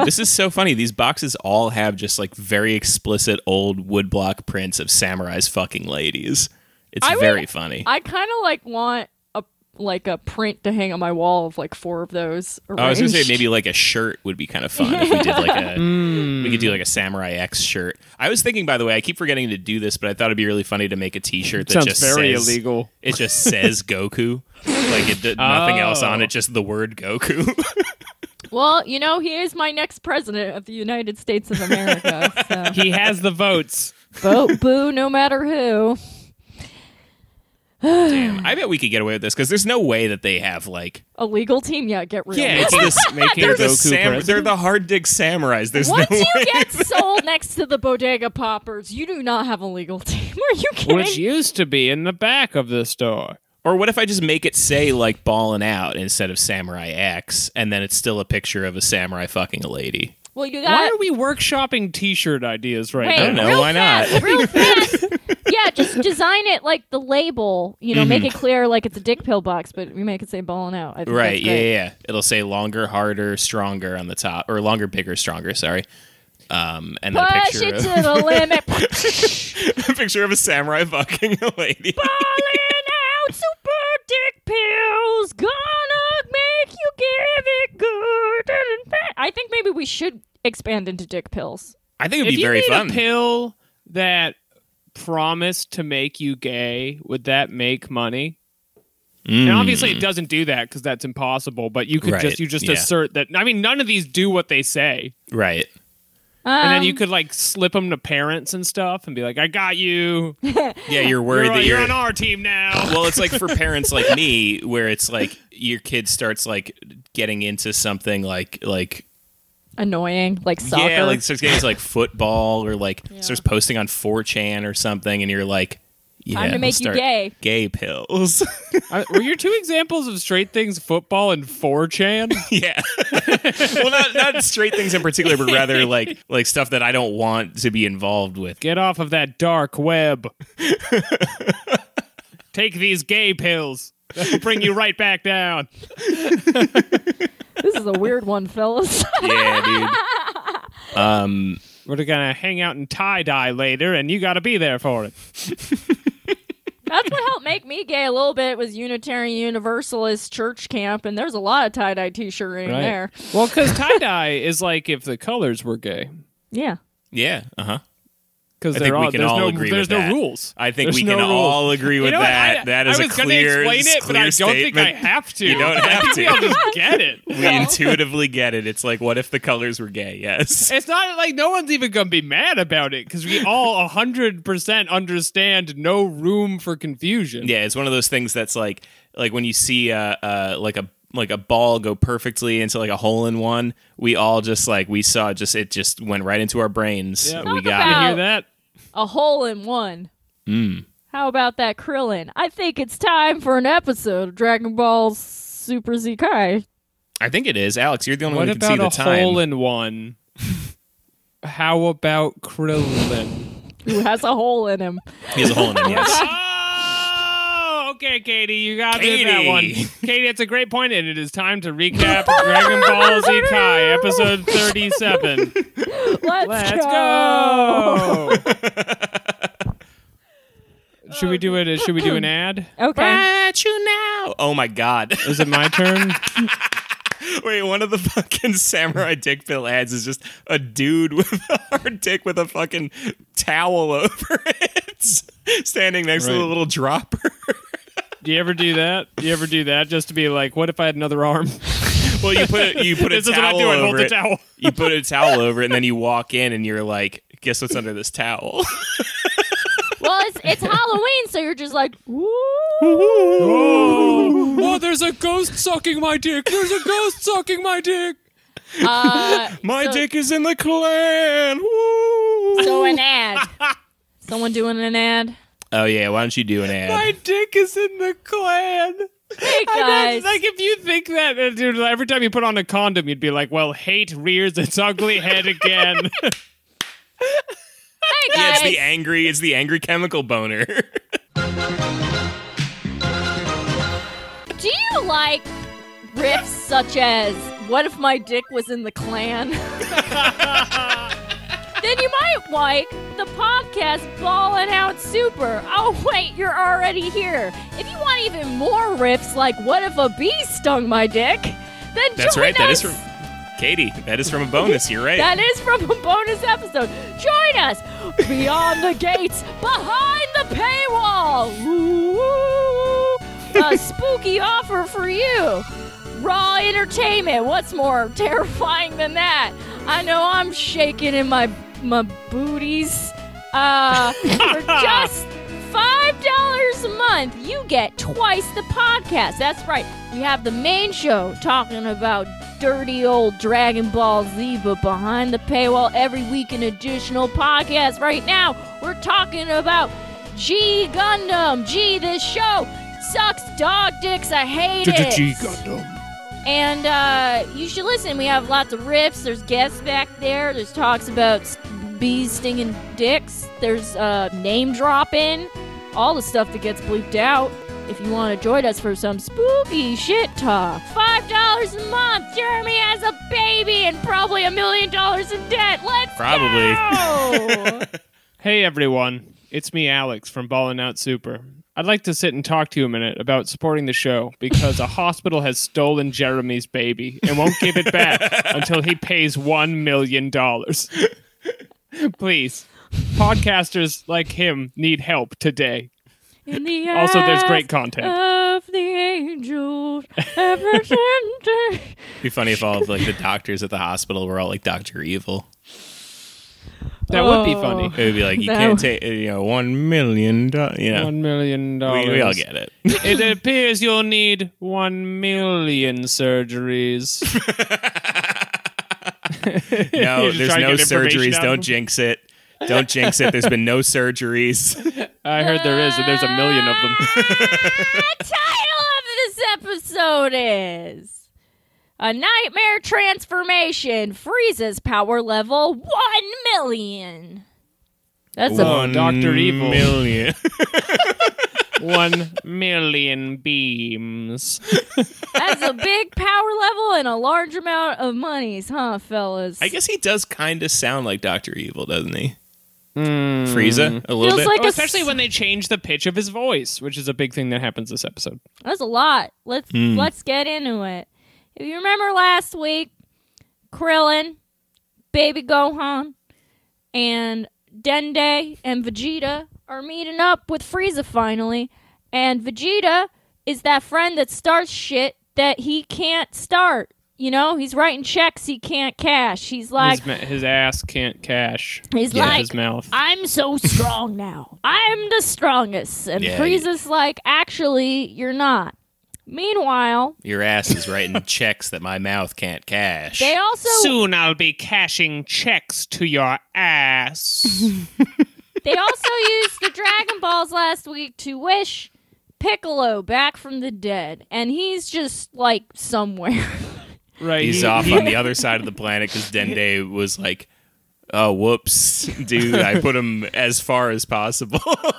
S3: this is so funny. These boxes all have just like very explicit old woodblock prints of samurais fucking ladies. It's
S4: I would-
S3: very funny.
S4: I kind of like want a like a print to hang on my wall of like four of those.
S3: Oh, I was gonna say
S4: arranged.
S3: maybe like a shirt would be kind of fun if we did like
S2: *laughs*
S3: a we could do
S2: Hmm.
S3: like a Samurai X shirt. I was thinking, by the way, I keep forgetting to do this, but I thought it'd be really funny to make a T-shirt that
S2: Sounds
S3: just
S2: very
S3: says,
S2: illegal.
S3: It
S2: *laughs*
S3: just says Goku, like it did nothing else on
S2: Oh.
S3: it, just the word Goku. *laughs*
S4: Well, you know, he is my next president of the United States of America.
S3: *laughs*
S4: so
S2: He has the votes.
S4: vote boo no matter who.
S3: Damn, I bet we could get away with this because there's no way that they have like
S4: A legal team, yeah, get real.
S3: yeah,
S4: *laughs*
S3: it's this.
S2: Making
S3: They're the,
S2: Goku
S3: sam-
S2: president.
S3: they're the hard dick samurais. There's
S4: Once
S3: no way.
S4: you get sold next to the bodega poppers, you do not have a legal team. *laughs* Are you kidding?
S2: which used to be in the back of the store.
S3: Or what if I just make it say like "ballin' out" instead of "samurai X," and then it's still a picture of a samurai fucking a lady?
S4: well, you
S2: Why
S4: got
S2: are we workshopping T-shirt ideas right
S4: Wait,
S2: now?
S3: I don't know
S4: real
S3: why not.
S4: fast,
S3: *laughs*
S4: real fast. yeah, just design it like the label. You know,
S3: Mm-hmm.
S4: make it clear like it's a dick pill box, but we make it say balling out. I think that's
S3: Right? Yeah,
S4: great.
S3: yeah, yeah. It'll say "longer, harder, stronger" on the top, or "longer, bigger, stronger." Sorry. Um, and then a
S4: Push
S3: picture
S4: it
S3: of, *laughs*
S4: to the limit. Balling
S3: a picture of a samurai fucking *laughs* a lady.
S4: out super dick pills. Gonna make you give it good. and bad. I think maybe we should expand into dick pills.
S3: I think it'd
S2: If
S3: be
S2: you
S3: very
S2: made
S3: fun.
S2: a pill that promised to make you gay, would that make money? And obviously, it doesn't do that because that's impossible. But you could
S3: Mm. Right,
S2: just you just
S3: yeah.
S2: assert that. I mean, none of these do what they say,
S3: right.
S2: and then you
S4: Um,
S2: could like slip them to parents and stuff, and be like, "I got you.
S3: Yeah, you're worried
S2: You're,
S3: that
S2: you're
S3: you're.
S2: on our team
S3: *laughs*
S2: now."
S3: well, it's like for parents like me, where it's like your kid starts like getting into something like like
S4: annoying like soccer.
S3: Yeah, like starts getting into like football or like starts posting on 4chan or something, and you're like, yeah,
S4: Time to
S3: we'll
S4: make you
S3: start
S4: gay.
S3: Gay pills. *laughs*
S2: I- Were your two examples of straight things football and 4chan?
S3: yeah. well, not not straight things in particular, but rather like like stuff that I don't want to be involved
S2: *laughs*
S3: with.
S2: Get off of that dark
S3: *laughs*
S2: web. Take these gay pills. That'll bring you right back down.
S4: this is a weird one, fellas.
S3: *laughs* Yeah, dude. Um,
S2: We're gonna hang out in tie dye later, and you gotta be there for it.
S4: *laughs* That's what helped make me gay a little bit was Unitarian Universalist church camp, and there's a lot of tie dye t shirting there.
S2: Well, because tie dye *laughs* is like if the colors were gay.
S4: Yeah.
S3: yeah. Uh huh.
S2: Because
S3: I think we can
S2: there's
S3: all
S2: no,
S3: agree
S2: there's
S3: with
S2: no
S3: that.
S2: rules.
S3: I think
S2: There's
S3: we
S2: no
S3: can
S2: rules.
S3: all agree
S2: You
S3: with
S2: know what?
S3: that.
S2: I,
S3: that is
S2: I
S3: a
S2: was gonna
S3: clear,
S2: explain it, but I
S3: clear
S2: don't
S3: statement.
S2: think I have to. *laughs*
S3: You don't have
S2: I'll
S3: to.
S2: just get it.
S3: We intuitively get it. It's like, what if the colors were gay? Yes.
S2: *laughs* It's not like no one's even gonna be mad about it because we all hundred percent understand no room for confusion.
S3: Yeah, it's one of those things that's like like when you see uh, uh like a like a ball go perfectly into like a hole in one. We all just like we saw just it just went right into our brains.
S2: Yep.
S3: We
S4: Talk
S2: You
S3: got
S4: about-
S2: hear that?
S4: A hole in one.
S2: Mm.
S4: How about that, Krillin? I think it's time for an episode of Dragon Ball Super Z Kai.
S3: I think it is Alex. You're the only
S2: What
S3: one who can
S2: about
S3: see the
S2: a
S3: time.
S2: hole in one? How about Krillin?
S4: Who has a hole in
S2: *laughs*
S4: him?
S3: he has a hole in it. Yes.
S2: oh, okay, Katie, you got me that
S3: Katie. *laughs*
S2: one. Katie, it's a great point, and it is time to recap Dragon Ball
S3: *laughs*
S2: Z Kai episode thirty-seven.
S4: Let's,
S2: Let's go. should we do it? uh, Should we do an ad?
S4: Okay.
S3: At you now. Oh
S2: *laughs*
S3: my god.
S2: Is it my turn?
S3: Wait, one of the *laughs* fucking samurai dick pill ads is just a dude with a hard dick with a fucking towel *laughs* over it standing next to
S2: Right.
S3: the little dropper.
S2: Do you ever do that? Do you ever do that just to be like, what if I had another arm?
S3: Well, you put a, you *laughs* put
S2: *laughs*
S3: a
S2: this is what I
S3: towel
S2: do. I
S3: over
S2: hold the
S3: it. *laughs*
S2: towel.
S3: you put a towel over it and then you walk in and you're like guess what's under this towel *laughs*
S4: well, it's, it's Halloween, so you're just like, ooh.
S2: Oh, oh, there's a ghost sucking my dick. There's a ghost sucking my dick.
S4: Uh,
S3: my
S4: So-
S3: dick is in the clan Woo.
S4: so an ad. Someone doing an ad.
S3: oh yeah why don't you do an
S2: *laughs*
S3: ad
S2: My dick is in the clan.
S4: Hey,
S2: I know,
S4: guys.
S2: it's like if you think that, uh, dude, every time you put on a condom, you'd be like, well, hate rears its ugly
S4: *laughs*
S2: head again.
S4: hey,
S3: yeah, it's
S4: guys.
S3: the angry it's the angry chemical *laughs* boner
S4: Do you like riffs *laughs* such as "What if my dick was in the clan"? then you might like the podcast Ballin' Out Super. Oh, wait, you're already here. If you want even more riffs like What If a Bee Stung My Dick? Then
S3: That's
S4: join
S3: right. That is
S4: us.
S3: from Katie. That is from a bonus. You're right.
S4: That is from a bonus episode. Join us beyond the gates, behind the paywall. Ooh, a spooky offer for you. Raw entertainment. What's more terrifying than that? I know I'm shaking in my my booties. Uh, for just five dollars a month, you get twice the podcast. That's right. We have the main show talking about dirty old Dragon Ball Z, but behind the paywall every week, an additional podcast. Right now, we're talking about G Gundam. G, this show sucks dog dicks. I hate it.
S6: G Gundam.
S4: And uh, you should listen. We have lots of riffs. There's guests back there. There's talks about s- bees stinging dicks. There's uh, name dropping. All the stuff that gets bleeped out. If you want to join us for some spooky shit talk, five dollars a month. Jeremy has a baby and probably a million dollars in debt. Let's
S3: Probably.
S2: *laughs*
S4: go.
S2: Hey everyone, it's me Alex from Ballin' Out Super. I'd like to sit and talk to you a minute about supporting the show because a *laughs* hospital has stolen Jeremy's baby and won't give it
S3: *laughs*
S2: back until he pays one million dollars. *laughs* Please, podcasters like him need help today.
S4: In the
S2: Also, there's
S4: eyes
S2: great content.
S4: Of the angels, ever since-
S3: It'd be funny if all of like the doctors at the hospital were all like Doctor Evil.
S2: That would be
S4: Oh.
S2: funny.
S3: It would be like you
S4: That
S3: can't
S4: would-
S3: take you know one million dollars. You know,
S2: Oh. One million dollars.
S3: we, we all get it.
S2: It appears you'll need one million surgeries. *laughs*
S3: No,
S2: You're just
S3: there's
S2: trying to
S3: no
S2: get information
S3: surgeries.
S2: out of
S3: Don't
S2: them.
S3: jinx it. Don't jinx it.
S2: *laughs*
S3: There's been no surgeries.
S2: I heard there is, and there's a million of them.
S4: the title of this episode is A Nightmare Transformation Freezes Power Level 1 Million. That's a.
S2: One Dr. Evil.
S3: Million. *laughs*
S2: One million beams.
S4: That's a big power level and a large amount of monies, huh, fellas?
S3: I guess he does kind of sound like Doctor Evil, doesn't he? Mm-hmm. Frieza a little
S4: Feels
S3: bit.
S4: like
S2: Oh,
S4: a
S2: especially when they change the pitch of his voice, which is a big thing that happens this episode.
S4: That's a lot. Let's let's get into it. If you remember last week, Krillin, Baby Gohan, and Dende and Vegeta are meeting up with Frieza finally, and Vegeta is that friend that starts shit that he can't start. You know, he's writing checks he can't cash. He's like
S2: his, ma- his ass can't cash.
S4: He's
S2: with
S4: like-
S2: his mouth.
S4: I'm so strong now. I'm the strongest. And
S3: Yeah,
S4: Frieza's like, actually, you're not. Meanwhile,
S3: Your ass
S4: *laughs*
S3: is writing checks that my mouth can't cash.
S4: they also
S2: Soon I'll be cashing checks to your ass.
S4: *laughs* They also used the Dragon Balls last week to wish Piccolo back from the dead, and he's just like somewhere.
S2: right.
S3: He's
S2: he-
S3: off
S2: he-
S3: on the other side of the planet because Dende was like, "Oh, whoops, dude! I put him as far as possible. *laughs* I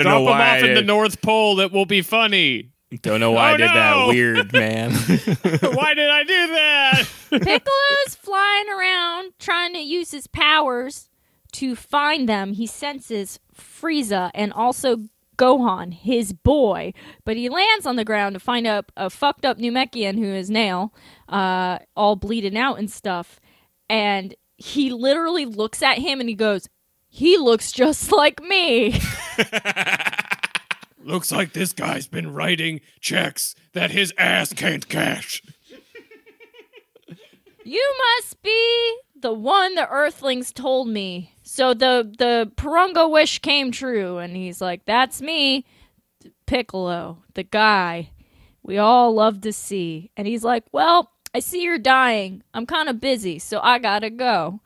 S2: Drop
S3: know
S2: him
S3: why. I
S2: off in the
S3: did,
S2: North Pole. It will be funny.
S3: don't know why
S2: Oh,
S3: I did that.
S2: no!
S3: Weird man.
S2: why did I do that?
S4: Piccolo's flying around trying to use his powers to find them. He senses Frieza and also Gohan, his boy, but he lands on the ground to find out a fucked up Namekian who is Nail, uh, all bleeding out and stuff. And he literally looks at him and he goes, "He looks just like me."
S2: Looks like this guy's been writing checks that his ass can't cash.
S4: You must be the one the Earthlings told me. So the the Purunga wish came true, and he's like, "That's me, Piccolo, the guy we all love to see." And he's like, "Well, I see you're dying. I'm kind of busy, so I gotta go."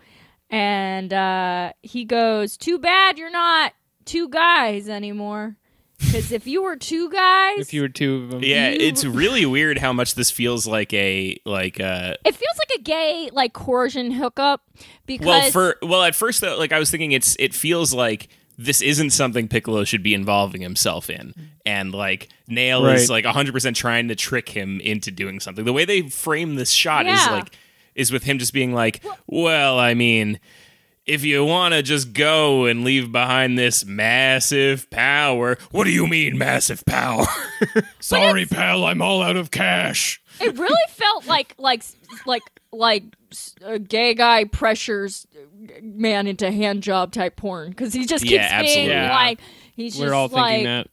S4: And uh, he goes, "Too bad you're not two guys anymore, because if you were two guys,
S2: If you were two of them.
S3: *laughs* yeah,
S4: You-
S3: *laughs* it's really weird how much this feels like a like uh
S4: it feels like a gay like coercion hookup." Because
S3: well for well at first though like I was thinking it's it feels like this isn't something Piccolo should be involving himself in. And like Nail is like
S2: Right.
S3: 100% trying to trick him into doing something. The way they frame this shot is
S4: Yeah.
S3: like is with him just being like, "Well, I mean, if you want to just go and leave behind this massive power, what do you mean massive power? *laughs*
S2: Sorry, pal, I'm all out of cash.
S4: It really felt like like like like s- a gay guy pressures man into hand job type porn because he just keeps
S3: Yeah,
S4: being
S3: absolutely.
S2: Yeah.
S4: like he's
S2: We're
S4: just
S2: all
S4: like
S2: thinking that.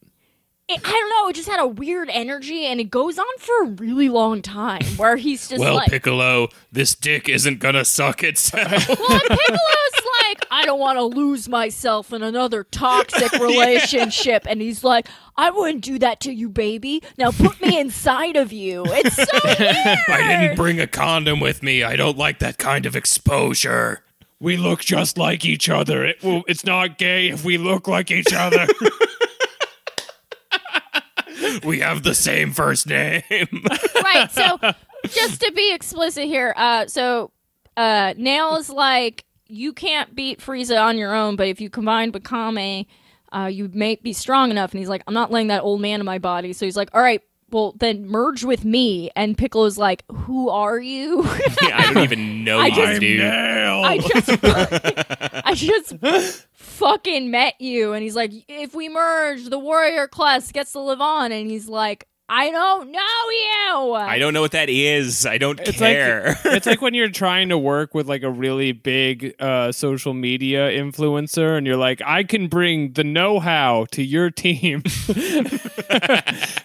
S4: It, I don't know. It just had a weird energy and it goes on for a really long time where he's just
S3: well,
S4: like.
S3: Piccolo, this dick isn't gonna suck itself.
S4: Well, and Piccolo's like, I don't want to lose myself in another
S2: *laughs*
S4: toxic relationship. And he's like, I wouldn't do that to you, baby. Now put me inside of you. It's
S2: *laughs*
S4: so weird.
S3: I didn't bring a condom with me. I don't like that kind of exposure.
S2: We look just like each other. It will, it's not gay if we look like each
S3: *laughs*
S2: other.
S3: We have the same first name.
S4: right. So, just to be explicit here, uh, so uh, Nail is like you can't beat Frieza on your own, but if you combine Bakame, uh, you may be strong enough. And he's like, I'm not letting that old man in my body. So he's like, All right, well then merge with me. And Piccolo's like, Who are you? *laughs*
S3: I don't *laughs* even know
S4: I
S3: you,
S4: just-
S3: dude.
S4: I just, I just fucking met you. And he's like, if we merge, the warrior class gets to live on. And he's like, I don't know you.
S3: I don't know what that is. I don't
S2: It's like-
S3: care.
S2: it's like when you're trying to work with like a really big uh, social media influencer and you're like i can bring the know-how to your team *laughs*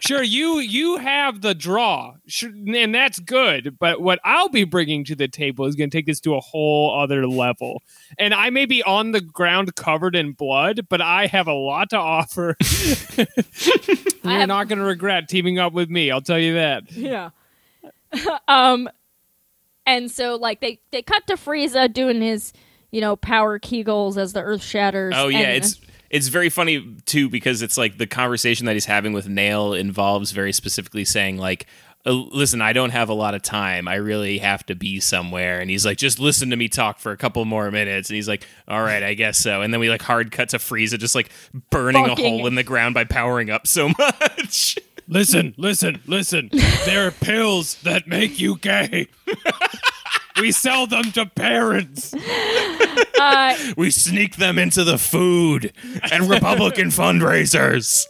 S2: sure you you have the draw sure, and that's good but what i'll be bringing to the table is going to take this to a whole other level and i may be on the ground covered in blood but i have a lot to offer And
S4: I
S2: you're
S4: have-
S2: not going to regret teaming up with me i'll tell you that
S4: Yeah. *laughs* um, and so like they they cut to Frieza doing his you know power kegels as the earth shatters.
S3: Oh yeah,
S4: and-
S3: it's it's very funny too because it's like the conversation that he's having with Nail involves very specifically saying like, "Uh, "Listen, I don't have a lot of time. I really have to be somewhere." And he's like, "Just listen to me talk for a couple more minutes." And he's like, "All right, I guess so." And then we like hard cut to Frieza just like burning a
S4: Fucking-
S3: hole in the ground by powering up so *laughs* much.
S2: Listen, listen, listen. There are pills that make you gay. we sell them to parents.
S4: uh,
S3: we sneak them into the food and Republican fundraisers.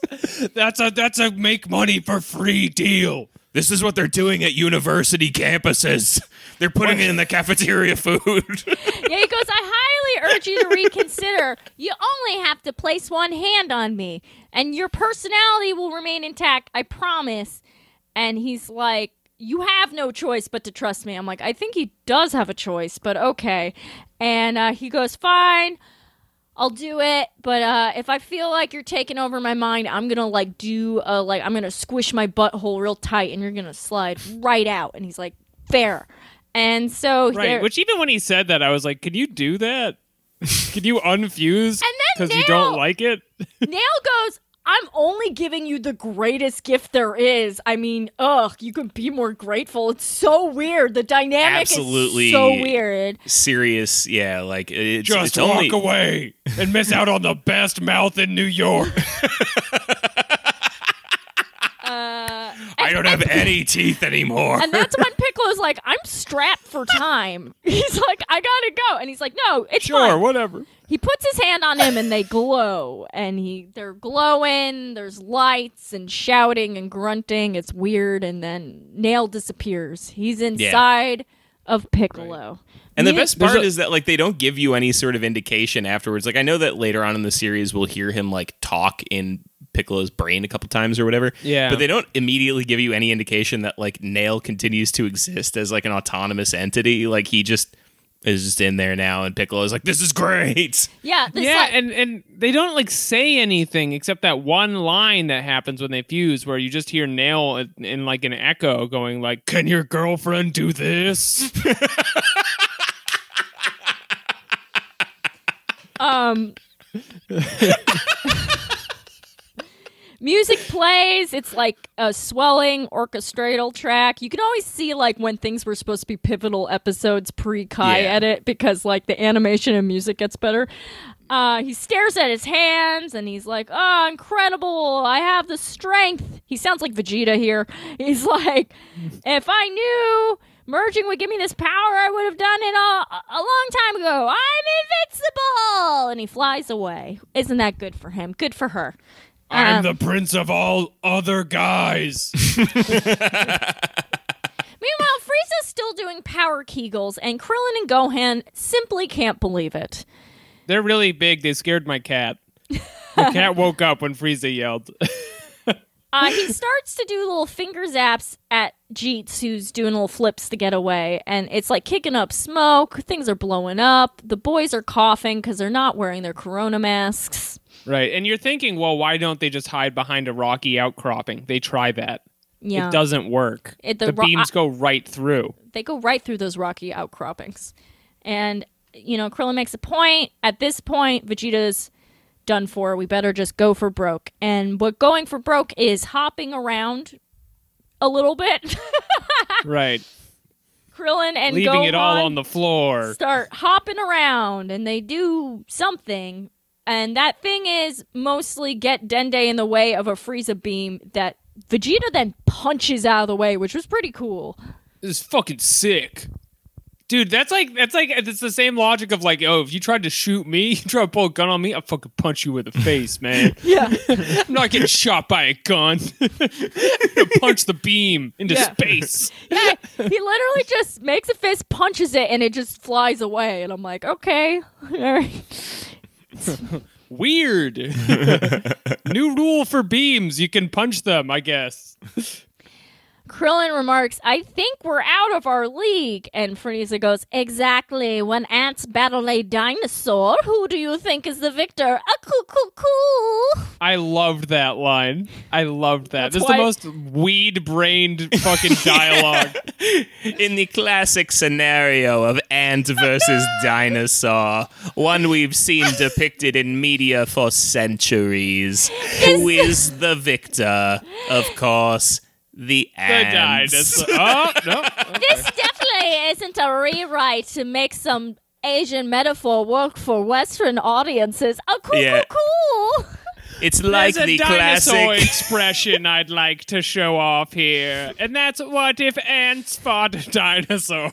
S2: That's a that's a make money for free deal.
S3: This is what they're doing at university campuses. They're putting it in the cafeteria food. *laughs*
S4: yeah, he goes, I highly urge you to reconsider. You only have to place one hand on me, and your personality will remain intact. I promise. And he's like, You have no choice but to trust me. I'm like, I think he does have a choice, but okay. And uh, he goes, Fine. I'll do it, but uh, if I feel like you're taking over my mind, I'm gonna like do a, like I'm gonna squish my butthole real tight, and you're gonna slide right out. And he's like, "Fair," and so
S2: Right.
S4: there-
S2: Which even when he said that, I was like, can you do that? Can you unfuse
S4: And then
S2: you
S4: now-
S2: don't like it?
S4: Nail goes, I'm only giving you the greatest gift there is. I mean, ugh, you can be more grateful. It's so weird. The dynamic
S3: Absolutely.
S4: is so weird.
S3: Serious, yeah, like it's, it's only,
S2: away and miss out on the best mouth in New
S3: *laughs*
S2: York.
S4: Uh,
S3: I don't have any teeth anymore.
S4: and that's when *laughs* Piccolo's like, I'm strapped for time. *laughs* He's like, I gotta go. And he's like, No, it's
S2: Sure,
S4: fine.
S2: whatever.
S4: He puts his hand on him and they glow. And he they're glowing, there's lights and shouting and grunting. It's weird. And then Nail disappears. He's inside of Piccolo.
S3: And the
S4: Yeah.
S3: best part
S2: a-
S3: is that like they don't give you any sort of indication afterwards. Like I know that later on in the series we'll hear him like talk in Piccolo's brain a couple times or whatever.
S2: Yeah.
S3: But they don't immediately give you any indication that like Nail continues to exist as like an autonomous entity. Like he just is just in there now and Piccolo's like, This is great.
S4: Yeah, this
S2: yeah,
S4: like,
S2: and and they don't like say anything except that one line that happens when they fuse, where you just hear Nail in, in like an echo going like, "Can your girlfriend do this?"
S4: *laughs* um music plays it's like a swelling orchestral track you can always see like when things were supposed to be pivotal episodes pre-kai
S3: Yeah.
S4: edit because like the animation and music gets better uh, he stares at his hands and he's like, Oh, incredible. I have the strength. He sounds like Vegeta here. He's like, If I knew merging would give me this power, I would have done it a, a long time ago. I'm invincible! And he flies away. Isn't that good for him? Good for her.
S6: I'm
S4: Um,
S6: the prince of all other
S4: *laughs*
S6: guys.
S4: Meanwhile, Frieza's still doing power kegels, and Krillin and Gohan simply can't believe it.
S2: They're really big. They scared my cat. The
S4: *laughs*
S2: cat woke up when Frieza yelled. *laughs*
S4: Uh, he starts to do little finger zaps at Jeets, who's doing little flips to get away, and it's like kicking up smoke. Things are blowing up. The boys are coughing because they're not wearing their corona masks.
S2: right. And you're thinking, well, why don't they just hide behind a rocky outcropping? They try that.
S4: Yeah,
S2: It doesn't work.
S4: It- the
S2: the
S4: ro-
S2: beams go
S4: *laughs*
S2: right through.
S4: they go right through those rocky outcroppings. And, you know, Krillin makes a point. At this point, Vegeta's done for. We better just go for broke. And what going for broke is hopping around a little bit. *laughs*
S2: right.
S4: Krillin and
S2: Leaving it all
S4: Gohan
S2: on the floor.
S4: start hopping around and they do something. And that thing is mostly get Dende in the way of a Frieza beam that Vegeta then punches out of the way, which was pretty cool.
S2: This is fucking sick. Dude, that's like that's like it's the same logic of like, oh, if you tried to shoot me, *laughs* you try to pull a gun on me, I'll fucking punch you in the face, man.
S4: *laughs* Yeah.
S2: I'm not getting shot by a gun. *laughs* I'm gonna punch the beam into
S4: Yeah. *laughs*
S2: space.
S4: Yeah, he literally just makes a fist, punches it, and it just flies away. And I'm like, okay, *laughs* all right.
S2: Weird. New rule for beams. You can punch them, I guess.
S4: Krillin remarks, I think we're out of our league. And Frieza goes, Exactly. When ants battle a dinosaur, who do you think is the victor? A coo coo
S2: *laughs*
S4: coo.
S2: I loved that line. I loved that.
S4: That's
S2: this
S4: why-
S2: is the most weed brained
S4: *laughs*
S2: fucking dialogue.
S3: In the classic scenario of
S2: *laughs*
S3: ant versus dinosaur, one we've seen depicted in media for centuries, who is the victor? Of course, the
S2: The
S3: ant.
S2: dinosaur. Oh, no.
S4: This definitely isn't a rewrite to make some Asian metaphor work for Western audiences. A coo
S3: Yeah.
S4: coo
S2: *laughs*
S4: coo.
S3: It's like
S2: There's a
S3: the
S2: dinosaur
S3: classic.
S2: expression I'd like to show off here, and that's what if ants fought a dinosaur.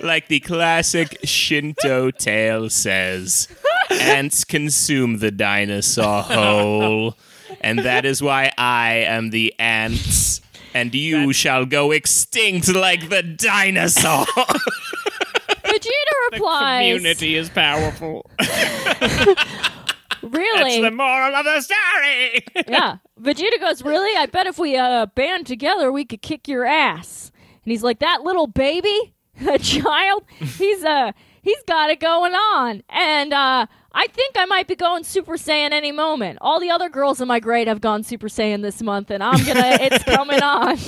S3: like the classic Shinto tale says, ants consume the dinosaur *laughs* whole, and that is why I am the ants, and you shall go extinct like the dinosaur.
S4: Vegeta replies,
S2: Community is powerful.
S4: Really?
S2: That's the moral of the story. *laughs*
S4: yeah. Vegeta goes, Really? I bet if we uh, band together, we could kick your ass. And he's like, That little baby, *laughs* a child, he's uh, he's got it going on. And uh, I think I might be going Super Saiyan any moment. All the other girls in my grade have gone Super Saiyan this month, and I'm going to, it's coming on.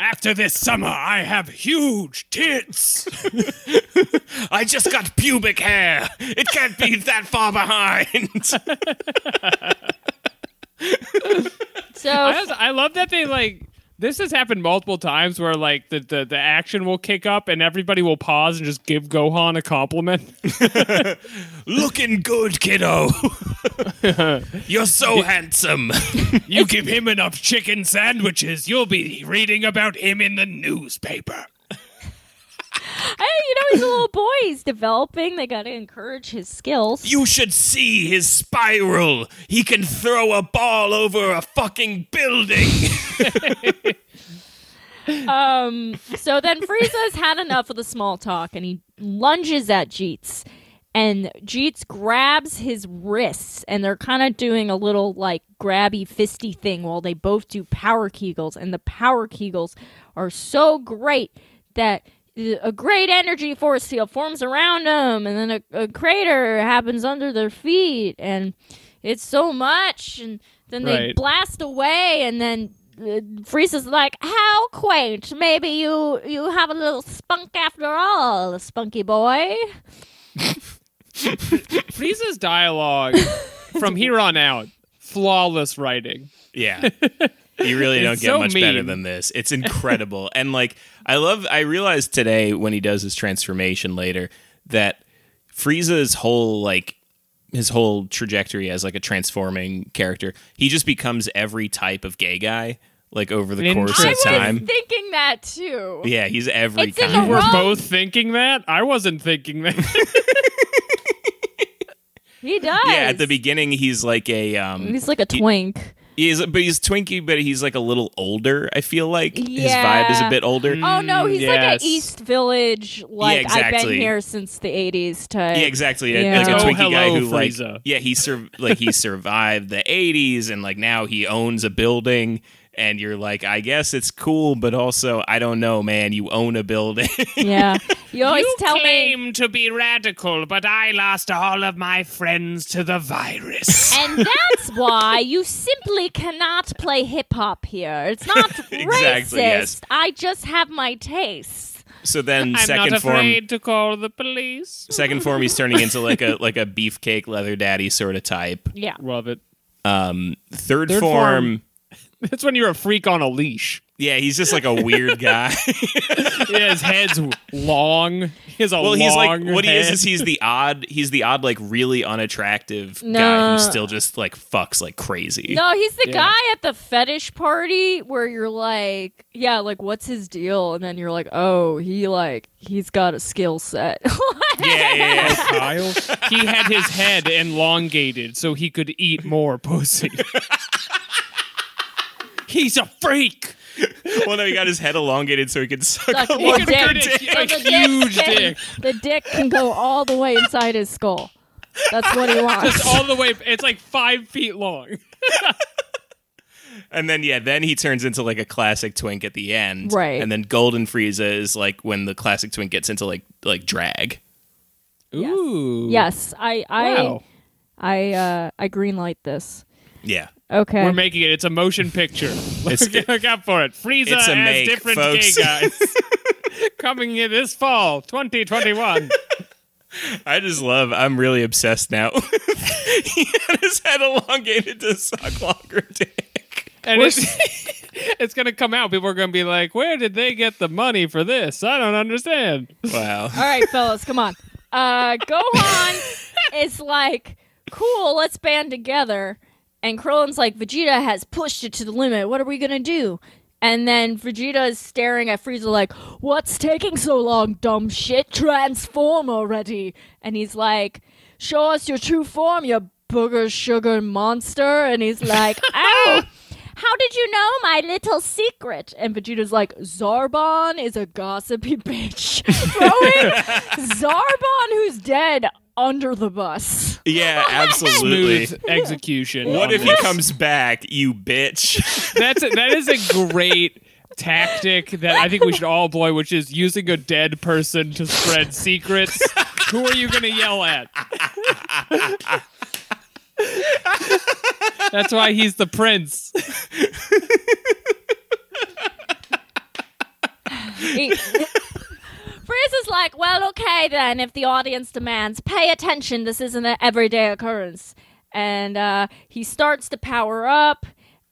S2: After this summer, I have huge *laughs* tits.
S3: *laughs* I just got pubic hair. It can't be that far behind.
S4: So,
S2: I, was- I love that they like. This has happened multiple times where like the, the, the action will kick up and everybody will pause and just give Gohan a compliment. *laughs*
S3: Looking good, *laughs* kiddo. You're so *laughs* handsome.
S2: You give him enough chicken sandwiches, you'll be reading about him in the newspaper.
S4: hey, you know, he's a little boy. He's developing. They got to encourage his skills.
S3: You should see his spiral. He can throw a ball over a fucking building. *laughs*
S4: So then Frieza's had enough of the small talk and he lunges at Jeets. And Jeets grabs his wrists and they're kind of doing a little like grabby fisty thing while they both do power kegels. And the power kegels are so great that a great energy force field forms around them and then a, a crater happens under their feet and it's so much and then they
S2: Right.
S4: blast away and then uh, Frieza's like, "How quaint! Maybe you you have a little spunk after all, spunky boy."
S2: Frieza's dialogue from here on out, flawless writing.
S3: Yeah. You really don't
S2: It's
S3: get
S2: so
S3: much better
S2: mean.
S3: than this. It's incredible. *laughs* and like I love I realized today when he does his transformation later that Frieza's whole like his whole trajectory as like a transforming character, he just becomes every type of gay guy. like over the
S2: An
S3: course
S2: interesting-
S4: I
S3: of
S4: was
S3: time.
S4: thinking that too.
S3: Yeah, he's every
S4: It's in
S3: kind.
S4: the
S2: We're
S4: Wrong.
S2: both thinking that. I wasn't
S4: *laughs*
S2: thinking that.
S4: He does.
S3: yeah, at the beginning he's like a um
S4: He's like a twink.
S3: he's but he's twinkie but he's like a little older, I feel like. His vibe is a
S4: Yeah.
S3: bit older.
S2: Mm.
S4: oh no, he's like
S2: yes.
S4: an East Village. Like I've been
S3: Mm, exactly.
S4: here since the '80s. Type.
S3: Yeah, exactly. A-
S4: Yeah.
S3: Like a
S4: Oh,
S3: Twinkie guy
S2: hello,
S3: who, like,
S2: Frieza.
S3: yeah, he sur- like he survived the '80s, and like now he owns a building. And you're like, I guess it's cool, but also I don't know, man. You own a building.
S4: *laughs*
S3: *laughs*
S4: Yeah. You always
S2: you
S4: tell me.
S2: claim to be radical, but I lost all of my friends to the *laughs* virus.
S4: And
S3: *laughs*
S4: that's why you simply cannot play hip hop here. It's not racist.
S3: *laughs* Exactly, yes.
S4: I just have my tastes.
S3: so then,
S2: I'm
S3: second
S2: not
S3: form,
S2: afraid to call the police.
S3: second form, he's turning into like a like a beefcake leather daddy sort of type.
S4: Yeah.
S2: Love it.
S3: Um, third,
S2: Third
S3: form,
S2: form- That's when you're a freak on a leash.
S3: yeah, he's just like a weird guy.
S2: Yeah, his head's w- long. He has a
S3: well,
S2: long
S3: he's like what he is
S2: head.
S3: is
S2: *laughs*
S3: he's the odd he's the odd like really unattractive guy
S4: No.
S3: who still just like fucks like
S2: *laughs*
S3: crazy.
S4: No, he's the
S2: Yeah.
S4: guy at the fetish party where you're like, yeah, like what's his deal? And then you're like, oh, he like he's got a skill set. *laughs*
S3: Yeah, yeah, yeah.
S2: Kyle. he had his head elongated so he could eat more pussy. he's a freak.
S3: *laughs* well, no, he got his head elongated so he could suck.
S4: Suck
S3: a
S4: the
S3: lot of
S4: dick.
S3: good
S2: dick.
S3: dick.
S4: So
S2: A
S4: the
S2: huge
S4: can-
S2: dick.
S4: The dick can go all the way inside his skull. That's
S2: *laughs*
S4: what he
S2: It's
S4: wants.
S2: all the way. It's like five feet long.
S3: And then yeah, then he turns into like a classic twink at the end,
S4: Right.
S3: And then Golden Frieza is like when the classic twink gets into like like drag.
S4: Yes.
S2: Ooh.
S4: yes, I I
S2: Wow.
S4: I uh I greenlight this.
S3: Yeah,
S4: Okay.
S2: We're making it. It's a motion picture. Look, *laughs*
S3: It's-
S2: look out for it. Frieza
S3: It's
S2: as
S3: a make,
S2: different
S3: folks.
S2: gay
S3: *laughs*
S2: guys. Coming in this fall, 2021.
S3: I just love. I'm really obsessed now. *laughs* he had his head elongated to suck longer dick.
S2: And it's, *laughs* it's going to come out. People are going to be like, where did they get the money for this? I don't understand.
S3: Wow.
S4: All right, fellas, come on. Uh, Gohan is like, cool, let's band together. And Krillin's like, Vegeta has pushed it to the limit. What are we going to do? And then Vegeta is staring at Frieza like, what's taking so long, dumb shit? Transform already. And he's like, show us your true form, you booger sugar monster. And he's like, ow. How did you know my little secret? And Vegeta's like, Zarbon is a gossipy bitch. *laughs* Throwing Zarbon, who's dead, under the bus.
S3: Yeah, absolutely.
S2: Smooth execution. on
S3: What if he
S2: this.
S3: comes back,
S4: *laughs*
S3: you bitch?
S2: That's a, that is a great tactic that I think we should all employ, which is using a dead person to spread secrets. Who are you going to yell at? That's why he's the prince.
S4: He- *laughs* Frieza is like, well, okay then, if the audience demands, pay attention, this isn't an everyday occurrence. And uh, he starts to power up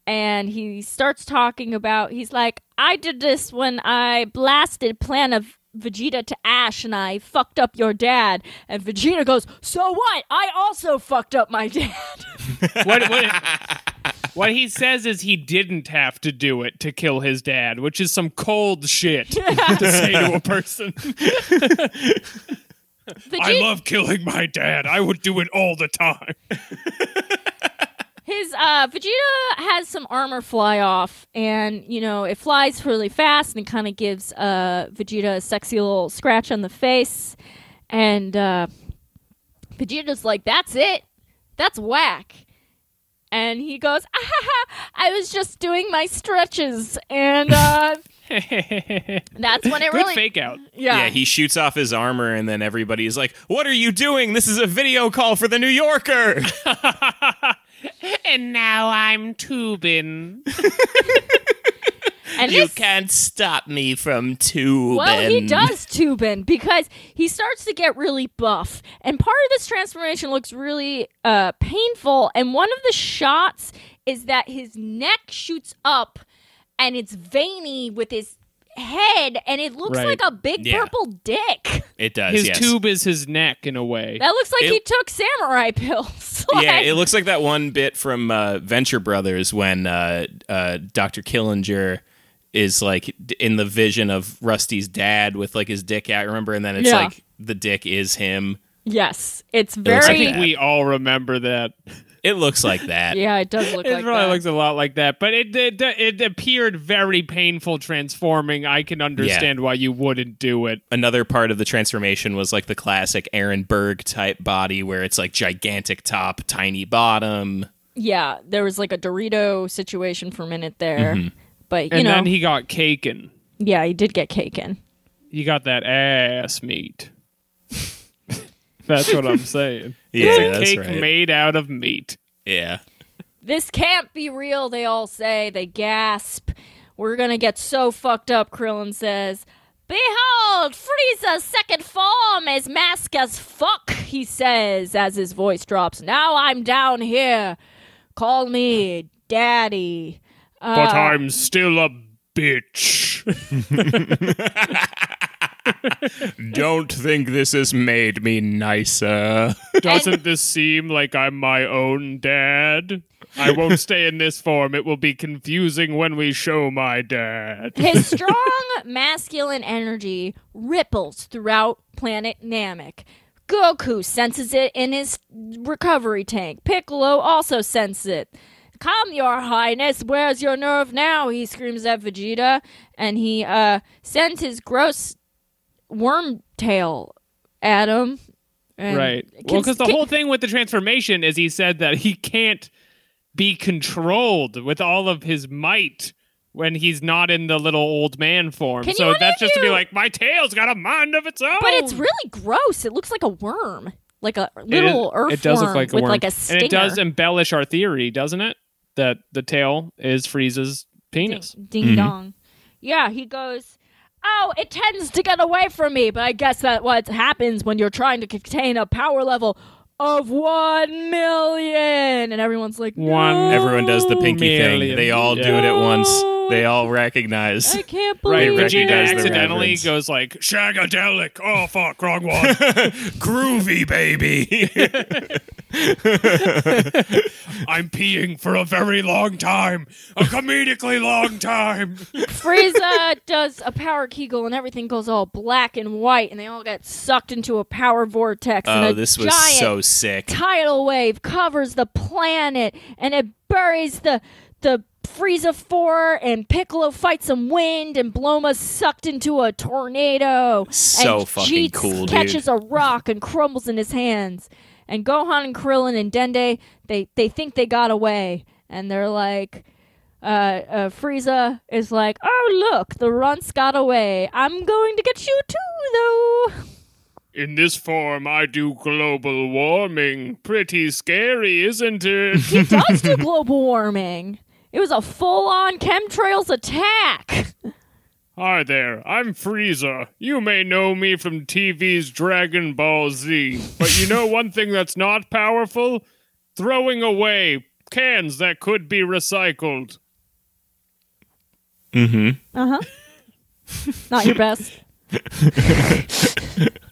S4: and he starts talking about, he's like, I did this when I blasted Planet Vegeta to Ash and I fucked up your dad. And Vegeta goes, so what? I also fucked up my dad. *laughs*
S2: What, what, what he says is he didn't have to do it to kill his dad, which is some cold shit to say to a person. I
S4: Vegeta,
S2: love killing my dad. I would do it all the time.
S4: His uh, Vegeta has some armor fly off, and you know it flies really fast, and it kind of gives uh, Vegeta a sexy little scratch on the face, and uh, Vegeta's like, "That's it, that's whack," and he goes, *laughs* ah, ha, ha, "I was just doing my stretches," and uh, that's when it
S2: *laughs* Good
S4: really,
S2: fake out.
S4: yeah,
S3: Yeah, he shoots off his armor, and then everybody's like, "What are you doing? This is a video call for the
S4: *laughs*
S3: New Yorker."
S2: And now I'm tubing.
S4: and
S3: You
S4: this-
S3: can't stop me from tubing.
S4: Well, he does Tubin because he starts to get really buff, and part of this transformation looks really uh, painful. And one of the shots is that his neck shoots up, and it's veiny with his head and it looks
S2: Right.
S4: like a big
S3: Yeah.
S4: purple dick.
S3: It does.
S2: His
S3: yes.
S2: tube is his neck in a way.
S4: That looks like
S3: It-
S4: he took samurai pills. *laughs*
S3: Yeah,
S4: Like-
S3: it looks like that one bit from uh, Venture Brothers when uh, uh, Dr. Killinger is like d- in the vision of Rusty's dad with like his dick out, remember? And then it's
S4: Yeah.
S3: like the dick is him.
S4: yes, it's
S3: looks like
S4: very.
S3: that.
S2: we all remember that.
S3: It looks like that.
S4: yeah, it does look
S2: It
S4: like
S2: probably
S4: that.
S2: looks a lot like that, but it, it it appeared very painful transforming. I can understand why you wouldn't do it.
S3: Another part of the transformation was like the classic Aaron Berg type body where it's like gigantic top, tiny bottom.
S4: yeah, there was like a Dorito situation for a minute there, but you
S2: And
S4: know,
S2: then he got caken.
S4: yeah, he did get caken.
S2: He got that ass meat. *laughs* that's what I'm *laughs* saying.
S3: Yeah,
S2: it's a
S3: that's
S2: cake
S3: right.
S2: made out of meat.
S3: Yeah.
S4: This can't be real, they all say. They gasp. We're gonna get so fucked up, Krillin says. Behold, Frieza's second form is mask as fuck, he says as his voice drops. Now I'm down here. Call me daddy. Uh.
S2: but I'm still a bitch. *laughs*
S3: Don't think this has made me nicer.
S2: Doesn't this seem like I'm my own dad?
S4: *laughs*
S2: I won't stay in this form. It will be confusing when we show my dad. *laughs*
S4: His strong masculine energy ripples throughout planet Namek. Goku senses it in his recovery tank. Piccolo also senses it. Come, your highness, where's your nerve now? He screams at Vegeta, and he uh, sends his gross worm tail at him. And
S2: Right.
S4: can-
S2: Well, because the
S4: can-
S2: whole thing with the transformation is he said that he can't be controlled with all of his might when he's not in the little old man form.
S4: Can
S2: so
S4: you
S2: that's just to be
S4: undo-
S2: like, my tail's got a mind of its own.
S4: But it's really gross. It looks like a worm, like a
S2: It is-
S4: little earthworm
S2: It does look like a
S4: with
S2: worm.
S4: like a stinger.
S2: And it does embellish our theory, doesn't it? That the tail is Frieza's penis.
S4: Ding, ding
S3: Mm-hmm.
S4: dong. Yeah, he goes, Oh, it tends to get away from me, but I guess that what happens when you're trying to contain a power level of one million. And everyone's like,
S2: One.
S4: "No,
S3: Everyone does the pinky thing.
S2: Million.
S3: They all do it at once. They all recognize. *laughs*
S4: I can't
S2: Right,
S4: believe
S2: Vegeta
S3: They recognize the
S2: accidentally
S3: reference.
S2: goes like shagadelic. Oh fuck, wrong
S3: *laughs*
S2: one.
S3: Groovy *laughs* baby.
S2: I'm peeing for a very long time, a comedically long time.
S3: *laughs*
S4: Frieza does a power kegel and everything goes all black and white and they all get sucked into a power vortex. and
S3: oh,
S4: a
S3: this was
S4: giant
S3: so sick.
S4: tidal wave covers the planet and it buries the the Frieza four and Piccolo fights some wind and Bloma's sucked into a tornado.
S3: So
S4: and
S3: fucking
S4: Jeets
S3: cool, dude.
S4: catches a rock and crumbles in his hands. And Gohan and Krillin and Dende they they think they got away and they're like. Uh, uh, Frieza is like, oh look, the runts got away. I'm going to get you too, though.
S2: In this form, I do global warming. Pretty scary, isn't it?
S4: He does do global warming. It was a full on chemtrails attack.
S2: Hi there, I'm Frieza. You may know me from TV's Dragon Ball Z, but you know one thing that's not powerful? Throwing away cans that could be recycled.
S4: Uh huh. *laughs* Not your best.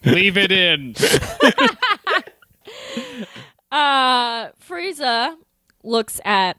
S2: Leave it in.
S4: Uh, Frieza looks at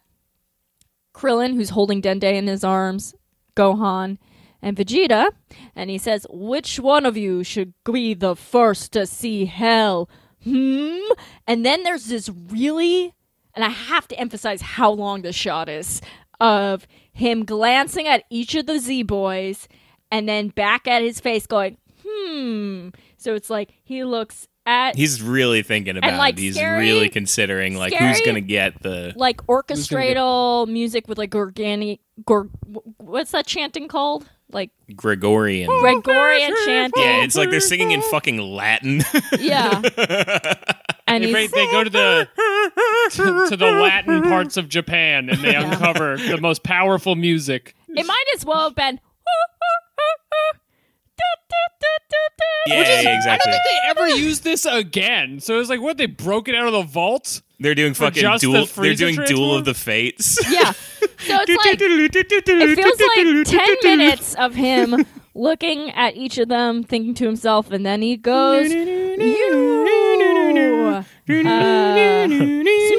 S4: Krillin, who's holding Dende in his arms, Gohan, and Vegeta, and he says, Which one of you should be the first to see hell? Hmm? And then there's this really, and I have to emphasize how long this shot is, of him glancing at each of the Z Boys and then back at his face going, Hmm. So it's like he looks at
S3: He's really thinking about
S4: like,
S3: it. He's
S4: scary-
S3: really considering like who's
S4: scary-
S3: gonna get the
S4: like orchestral music with like organic gor- wh- what's that chanting called like
S3: Gregorian.
S4: gregorian chanting
S3: yeah, it's like they're singing in fucking Latin. *laughs*
S4: yeah *laughs* and
S2: They,
S4: he's,
S2: they go to the to, to the Latin parts of Japan and they
S4: Yeah.
S2: uncover the most powerful music.
S4: it might as well have been
S3: Yeah, yeah, exactly.
S2: I don't think they ever used this again. So it was like, what? They broke it out of the vault.
S3: They're doing fucking
S2: just the
S3: duel. they're
S2: Frieza
S3: doing duel
S2: transform?
S3: of
S4: *laughs*
S3: the fates.
S4: Yeah. So it's like it feels like 10 minutes of
S3: *laughs*
S4: him looking at each of them, thinking to himself, and then he goes, You! Uh,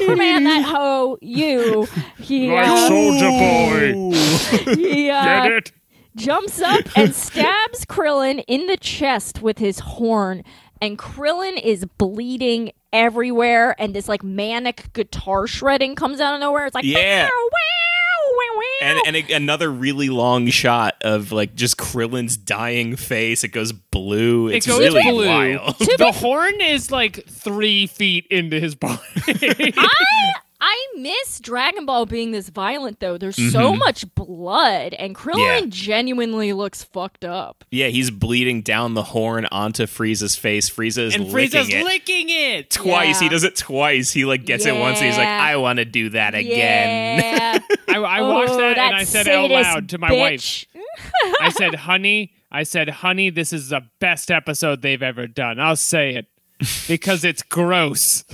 S4: Superman, that hoe, you. He, uh,
S6: Soldier Boy.
S4: he
S6: Get
S4: uh,
S6: it?
S4: jumps up
S3: *laughs*
S4: and stabs Krillin in the chest with his horn, and Krillin is bleeding everywhere, and this like manic guitar shredding comes out of nowhere. It's like,
S3: Yeah.
S4: "Wow, wow, wow, wow."
S3: And, and a, another really long shot of like just Krillin's dying face. It goes blue. It's
S2: goes
S3: really
S2: blue.
S3: wild. *laughs*
S2: The horn is like three feet into his
S3: *laughs*
S2: body.
S4: I I miss Dragon Ball being this violent though. There's so much blood, and Krillin
S3: Mm-hmm. Yeah.
S4: genuinely looks fucked up.
S3: Yeah, he's bleeding down the horn onto Frieza's face. Frieza is
S2: and
S3: licking
S2: Frieza's
S3: it
S2: licking it.
S3: twice. He
S4: Yeah.
S3: does it twice. He like gets it once. and He's like,
S4: Yeah.
S3: I want to do that again.
S4: Yeah.
S3: *laughs*
S2: I, *laughs* I watched
S4: Oh,
S2: that and I said out
S4: sadist
S2: loud to my wife,
S4: bitch.
S2: I *laughs* said, honey, I said, honey, this is the best episode they've ever done. I'll say it because it's gross.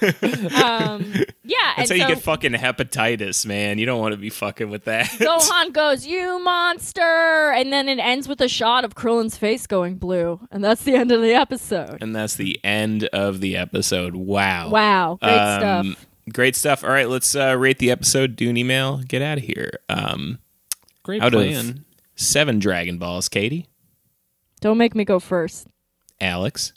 S4: Um, yeah,
S3: That's
S4: and
S3: how
S4: so,
S3: you get fucking hepatitis, man. You don't want to be fucking with that. *laughs*
S4: Gohan goes, "You monster!" and then it ends with a shot of Krillin's face going blue, and that's the end of the episode.
S3: and that's the end of the episode. Wow.
S4: Wow, great stuff.
S3: Um, Great stuff. All right, let's uh, rate the episode. Do an email. Get out of here. Um,
S2: Great
S3: out
S2: plan.
S3: of seven Dragon Balls, Katie,
S4: Don't make me go first.
S3: Alex.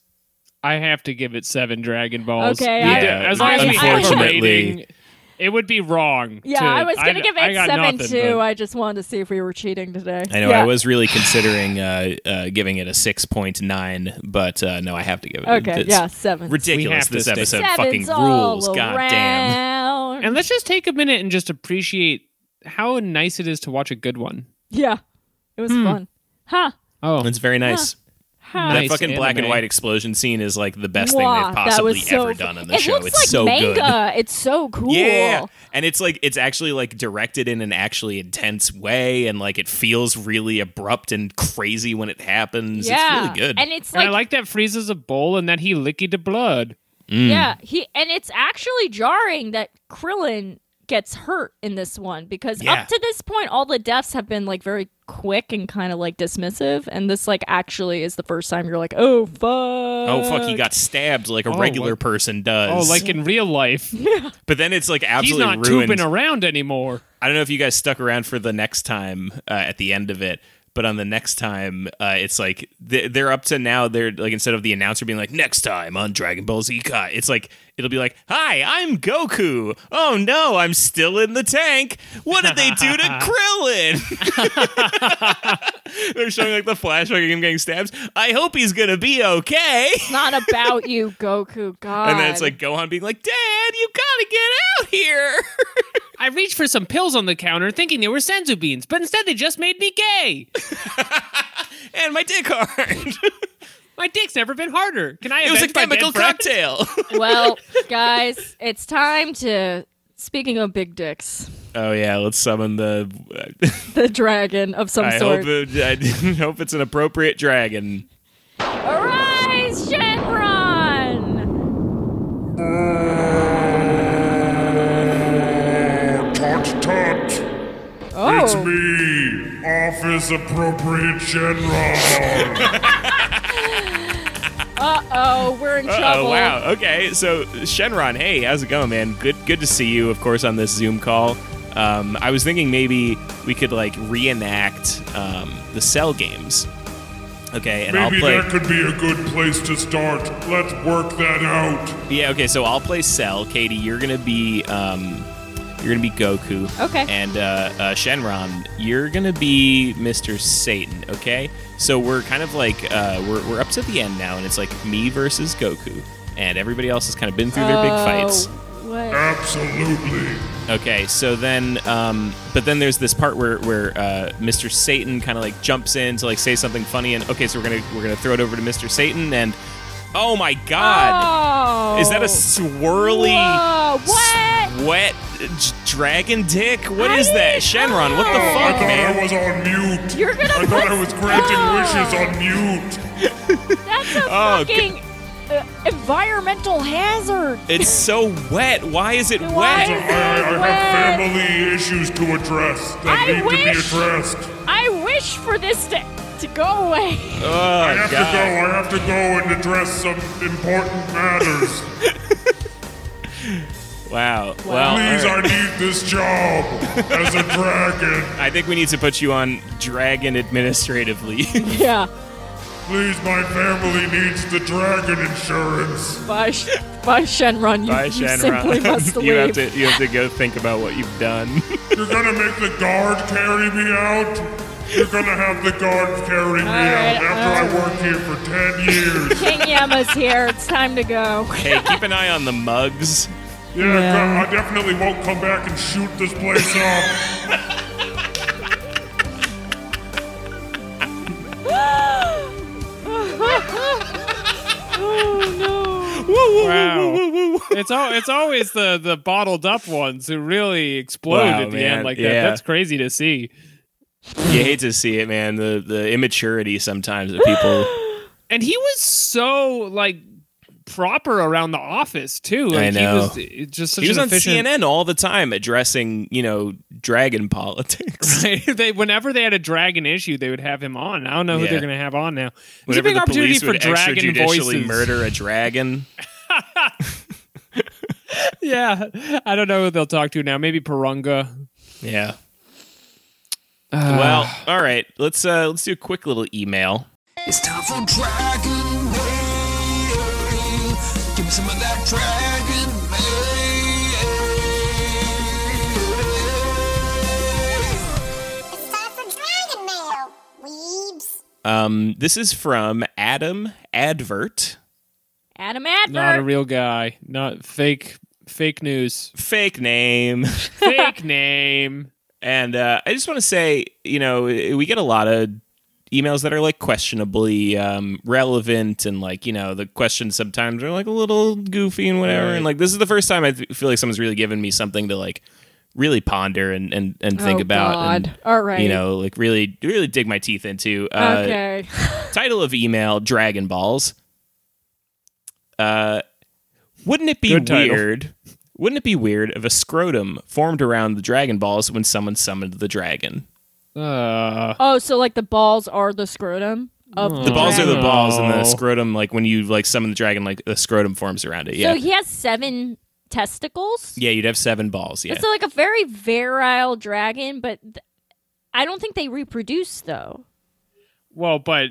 S2: I have to give it seven Dragon Balls.
S4: Okay,
S2: I,
S4: I-
S3: Yeah,
S2: as long as we have a
S3: unfortunately.
S2: rating, it would be wrong.
S4: Yeah,
S2: to-
S4: I was gonna give
S2: I
S4: it
S2: got
S4: seven
S2: nothing,
S4: too.
S2: but-
S4: I just wanted to see if we were cheating today.
S3: I know
S4: Yeah.
S3: I was really considering uh, uh, giving it a six point nine, but uh, no, I have to give it.
S4: Okay,
S3: it's
S4: yeah, seven.
S2: We have
S3: Ridiculous!
S2: to
S3: This
S2: stick-
S3: episode
S4: Sevens
S3: fucking
S4: all
S3: rules. God damn.
S4: around.
S2: And let's just take a minute and just appreciate how nice it is to watch a good one.
S4: yeah, it was fun. Huh?
S2: Oh,
S3: It's very nice.
S4: Huh.
S3: That
S2: Nice
S3: fucking black and
S2: anime.
S3: white explosion scene is like the best
S4: Wow,
S3: thing they've possibly
S4: that was so
S3: ever
S4: fu-
S3: done on the
S4: it
S3: show.
S4: Looks
S3: it's
S4: like
S3: so good.
S4: manga. It's so cool.
S3: Yeah. And it's like it's actually like directed in an actually intense way and like it feels really abrupt and crazy when it happens.
S4: Yeah.
S3: It's really good.
S4: And it's
S2: and
S4: like,
S2: I like that Frieza's a bowl and that he licky to blood.
S3: Mm.
S4: yeah, he and it's actually jarring that Krillin gets hurt in this one because
S3: Yeah.
S4: up to this point all the deaths have been like very quick and kind of like dismissive and this like actually is the first time you're like, "Oh fuck."
S3: Oh fuck! He got stabbed like a
S2: Oh,
S3: regular
S2: like-
S3: person does.
S2: Oh, like in
S4: *laughs*
S2: real life.
S3: but then it's like
S2: He's
S3: absolutely
S2: not
S3: ruined.
S2: tubing around anymore.
S3: I don't know if you guys stuck around for the next time uh, at the end of it, but on the next time, uh, it's like they- they're up to now. They're like instead of the announcer being like next time on Dragon Ball Z Kai, it's like it'll be like Hi, I'm Goku. Oh no, I'm still in the tank. What did they do to Krillin? *laughs* they're showing like the flashback of him getting stabbed. I hope he's gonna be okay.
S4: It's not about you, Goku. God.
S3: *laughs* And then it's like Gohan being like, Dad, you gotta get out here. *laughs*
S2: I reached for some pills on the counter thinking they were senzu beans, but instead they just made me gay.
S3: and my dick hard.
S2: My dick's never been harder. Can I
S3: It was a
S2: avenge my dead
S3: chemical
S2: friend?
S3: cocktail.
S4: *laughs*
S3: *laughs*
S4: well, guys, it's time to. Speaking of big dicks,
S3: Oh yeah, let's summon the.
S4: the dragon of some
S3: I
S4: sort.
S3: hope it, I *laughs* hope it's an appropriate dragon.
S4: Arise, Shenron!
S1: Tut tut! It's
S4: Oh,
S1: me, Office Appropriate Shenron!
S4: oh, we're in trouble.
S3: Oh wow. Okay, so Shenron, hey, how's it going, man? Good, good to see you. Of course, on this Zoom call. Um, I was thinking maybe we could like reenact um, the Cell games. Okay, and
S1: Maybe
S3: *laughs* I'll play.
S1: that could be a good place to start. Let's work that out.
S3: Yeah. Okay, so I'll play Cell. Katie, you're gonna be um, you're gonna be Goku.
S4: Okay.
S3: And uh, uh, Shenron, you're gonna be Mr. Satan. Okay. So we're kind of like uh, we're we're up to the end now, and it's like me versus Goku, and everybody else has kind of been through their
S4: Oh.
S3: big fights.
S4: What?
S1: Absolutely.
S3: Okay, so then, um, but then there's this part where where uh, Mr. Satan kind of like jumps in to like say something funny, and okay, so we're gonna we're gonna throw it over to Mr. Satan, and oh my God,
S4: Oh.
S3: is that a swirly?
S4: Whoa, what?
S3: wet uh, j- dragon dick? What is
S4: I-
S3: that? Shenron, what the
S4: Oh.
S7: I
S3: fuck,
S7: thought I
S3: man?
S7: was on mute.
S4: You're gonna
S7: I thought
S4: put-
S7: I was granting
S4: Oh.
S7: wishes on mute.
S4: That's a
S3: Oh,
S4: fucking uh, environmental hazard.
S3: It's so wet. Why is it
S4: Why?
S7: I,
S3: wet?
S7: I, I
S4: Wet.
S7: have family issues to address that
S4: I
S7: need to be
S4: wish-
S7: addressed.
S4: I wish for this to, to go
S3: *laughs*
S4: away.
S3: Oh,
S7: I have to
S3: God.
S7: go. I have to go and address some important
S3: *laughs*
S7: matters.
S3: Wow. Well,
S7: Please,
S3: Oh, all
S7: I
S3: right.
S7: need this job as a dragon.
S3: I think we need to put you on dragon administrative *laughs* leave.
S4: Yeah,
S7: Please, my family needs the dragon insurance.
S4: bye, Sh- bye Shenron. You,
S3: Bye,
S4: you
S3: Shenron. *laughs*
S4: simply must leave.
S3: you have to you have to go think about what you've done. *laughs*
S7: You're gonna make the guard carry me out. You're gonna have the guard carry me
S4: right, uh,
S7: out after I work here for
S4: *laughs*
S7: ten years.
S4: King Yama's here. It's time to go.
S3: hey, keep an eye on the mugs.
S7: Yeah,
S4: Yeah.
S7: I definitely won't come back and shoot this place up.
S4: oh no.
S2: Wow. it's all it's always the the bottled up ones who really explode
S3: Wow,
S2: at the
S3: man.
S2: end like
S3: Yeah.
S2: that. That's crazy to see.
S3: You hate to see it, man. The the immaturity sometimes of
S4: *gasps*
S3: people.
S2: And he was so like proper around the office too. Like,
S3: I know.
S2: He was uh, just such
S3: he was
S2: an
S3: on
S2: efficient-
S3: CNN all the time addressing, you know, dragon politics.
S2: *laughs* they whenever they had a dragon issue, they would have him on. I don't know who
S3: Yeah.
S2: they're going to have on now. It's a
S3: Whenever
S2: big
S3: the
S2: opportunity
S3: police
S2: for
S3: would
S2: dragon
S3: extrajudicially
S2: voices.
S3: murder a dragon.
S2: *laughs* Yeah, I don't know who they'll talk to now. Maybe Parunga.
S3: *sighs* Yeah. well, all right. Let's uh let's do a quick little email.
S8: It's time for Dragon Mail. Give me some of that Dragon Mail.
S9: It's time for Dragon Mail, weebs.
S3: Um this is from Adam Advert.
S4: Adam
S2: Not a
S4: Advert.
S2: real guy. Not fake.
S4: *laughs*
S2: Fake news.
S3: Fake name. *laughs*
S2: Fake name.
S3: And uh, I just want to say, you know, we get a lot of emails that are like questionably um, relevant and like, you know, the questions sometimes are like a little goofy and whatever. And like, this is the first time I th- feel like someone's really given me something to like really ponder and, and, and think
S4: Oh,
S3: about.
S4: God.
S3: And,
S4: All right.
S3: You know, like really, really dig my teeth into. Uh,
S4: okay.
S3: Title of email Dragon Balls. Uh, wouldn't it be
S2: Good title.
S3: weird? Wouldn't it be weird if a scrotum formed around the Dragon Balls when someone summoned the dragon?
S2: Uh,
S4: Oh, so like the balls are the scrotum of
S3: Mm. The balls are
S4: dragon.
S3: the
S2: Oh.
S3: balls, and the
S2: No.
S3: scrotum, like when you like summon the dragon, like the scrotum forms around it. Yeah,
S4: So he has seven testicles.
S3: yeah, you'd have seven balls. Yeah,
S4: It's like a very virile dragon, but th- I don't think they reproduce though.
S2: well, but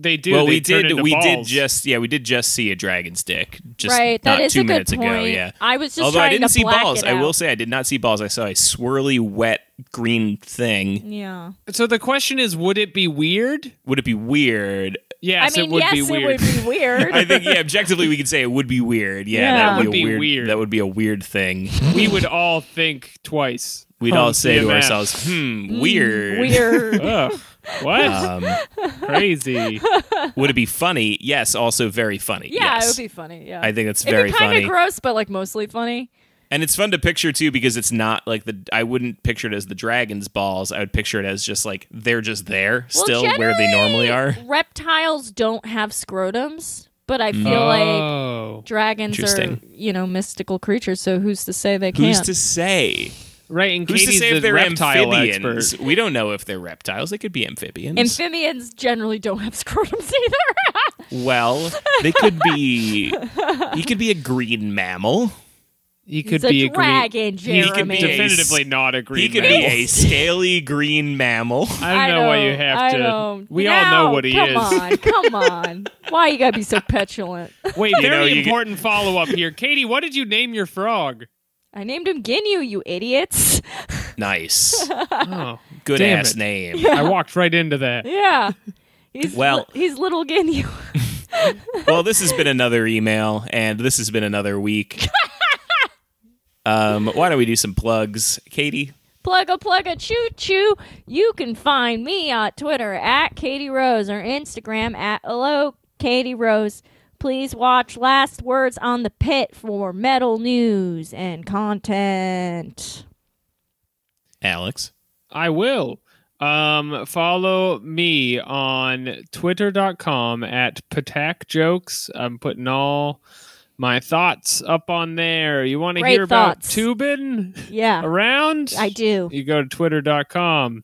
S2: they do.
S3: well,
S2: they
S3: we
S2: turn
S3: did
S2: into
S3: we did
S2: balls.
S3: just yeah we did just see a dragon's dick just
S4: right.
S3: not
S4: That is
S3: two
S4: a good
S3: minutes
S4: point.
S3: ago. Yeah,
S4: I was just
S3: although
S4: trying
S3: I didn't
S4: to
S3: see
S4: black
S3: balls,
S4: it
S3: I will
S4: out.
S3: say I did not see balls. I saw a swirly wet green thing.
S4: Yeah.
S2: So the question is, would it be weird?
S3: Would it be weird?
S2: Yes,
S4: I mean,
S2: it would
S4: yes,
S2: be
S4: it would
S2: weird.
S4: be weird.
S3: *laughs* I think yeah, objectively we could say it would be weird. Yeah,
S4: Yeah.
S3: that would
S2: Would
S3: be, a
S2: be
S3: weird,
S2: weird.
S3: That would be a weird
S2: *laughs*
S3: thing.
S2: we would all think twice.
S3: We'd
S2: on
S3: all say to
S2: CMF.
S3: ourselves, "Hmm,
S4: *laughs*
S3: weird." *laughs*
S4: Weird.
S2: Ugh, what?
S3: Um,
S4: *laughs*
S2: Crazy.
S3: would it be funny? Yes, also very funny.
S4: yeah,
S3: yes.
S4: it would be funny. Yeah.
S3: I think it's
S4: It'd
S3: very
S4: be kind
S3: funny,
S4: of gross, but like mostly funny.
S3: and it's fun to picture too because it's not like the. I wouldn't picture it as the dragon's balls. I would picture it as just like they're just there,
S4: Well,
S3: still where they
S4: generally,
S3: normally are.
S4: Reptiles don't have scrotums, but I feel like
S2: oh,
S4: dragons are,
S3: Mm. Interesting.
S4: you know, mystical creatures. So who's to say they
S3: Who's
S4: can't?
S3: to say?
S2: right. And
S3: Who's
S2: Katie's
S3: to say
S2: the
S3: if they're
S2: reptile
S3: amphibians?
S2: expert.
S3: We don't know if they're reptiles. They could be amphibians.
S4: Amphibians generally don't have scrotums *laughs* either.
S3: well, they could
S4: *laughs*
S3: be. He could be a green mammal.
S2: He
S4: He's
S2: could be
S4: a dragon,
S3: He
S4: Jeremy.
S3: could be a-
S2: definitively not a green.
S3: he could be
S2: mammal.
S3: a scaly green mammal.
S2: I don't know why you have
S4: I
S2: to.
S4: don't-
S2: We all
S4: Now,
S2: know what he
S4: come
S2: is.
S4: on, come on. *laughs* Why you gotta be so petulant?
S2: Wait, very
S3: know, you get-
S2: important follow up *laughs* here, Katie. What did you name your frog?
S4: I named him Ginyu, you idiots.
S3: *laughs*
S4: *laughs*
S3: Nice,
S2: Oh,
S3: good
S2: Damn
S3: ass
S2: it.
S3: name.
S2: I walked right into that.
S4: Yeah. He's
S3: Well-
S4: li- he's little Ginyu. *laughs*
S3: well, this has been another email, and this has been another week. um, why don't we do some plugs, Katie?
S4: Plug a plug a choo choo. You can find me on Twitter at Katie Rose or Instagram at hello Katie Rose. Please watch Last Words on the Pit for metal news and content.
S3: Alex.
S2: I will. Um, follow me on twitter.com at Patak Jokes. I'm putting all my thoughts up on there. You want to
S4: Great
S2: hear
S4: thoughts.
S2: about Tubin
S4: Yeah,
S2: around?
S4: I do.
S2: You go to twitter.com.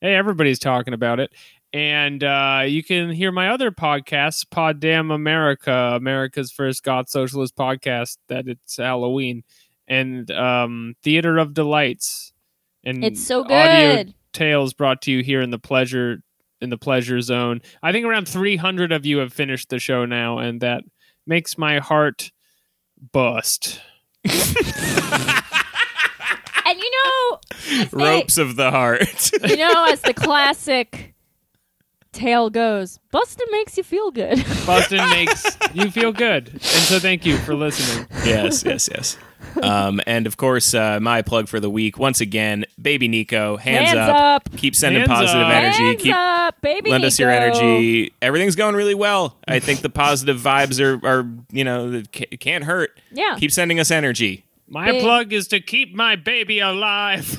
S2: Hey, everybody's talking about it. And uh, you can hear my other podcasts, Pod Damn America, America's first God Socialist podcast, that it's Halloween, and um, Theater of Delights. And
S4: It's so
S2: audio
S4: good.
S2: tales brought to you here in the pleasure in the pleasure zone. I think around 300 of you have finished the show now, and that makes my heart bust.
S4: And you know, as they-
S3: Ropes of the heart. *laughs*
S4: you know, as the classic tale goes, Bustin makes you feel good. *laughs*
S2: Bustin makes you feel good, and so thank you for listening.
S3: yes, yes, yes. Um, and of course, uh, my plug for the week once again, baby Nico, hands,
S4: Hands up.
S3: Keep sending
S2: Hands
S3: positive
S2: up.
S3: energy.
S4: Hands
S3: keep
S4: up, baby.
S3: lend us your
S4: Nico.
S3: energy. Everything's going really well. I think the positive vibes are, are you know, it ca- can't hurt.
S4: Yeah.
S3: Keep sending us energy.
S2: My
S4: Big-
S2: plug is to keep my baby *laughs* alive.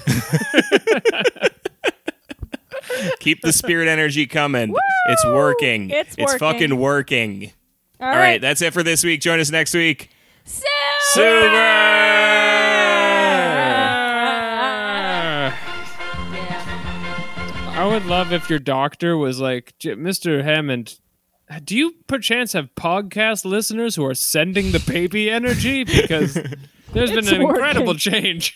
S3: Keep
S4: *laughs*
S3: the spirit energy coming. It's working.
S4: It's working.
S3: fucking working.
S4: All
S3: All right, that's it for this week. Join us next week. Super.
S2: I would love if your doctor was like, "J- Mr. Hammond, do you perchance have podcast listeners who are sending the baby energy? Because there's been
S4: It's
S2: *laughs* an incredible
S4: working.
S2: change.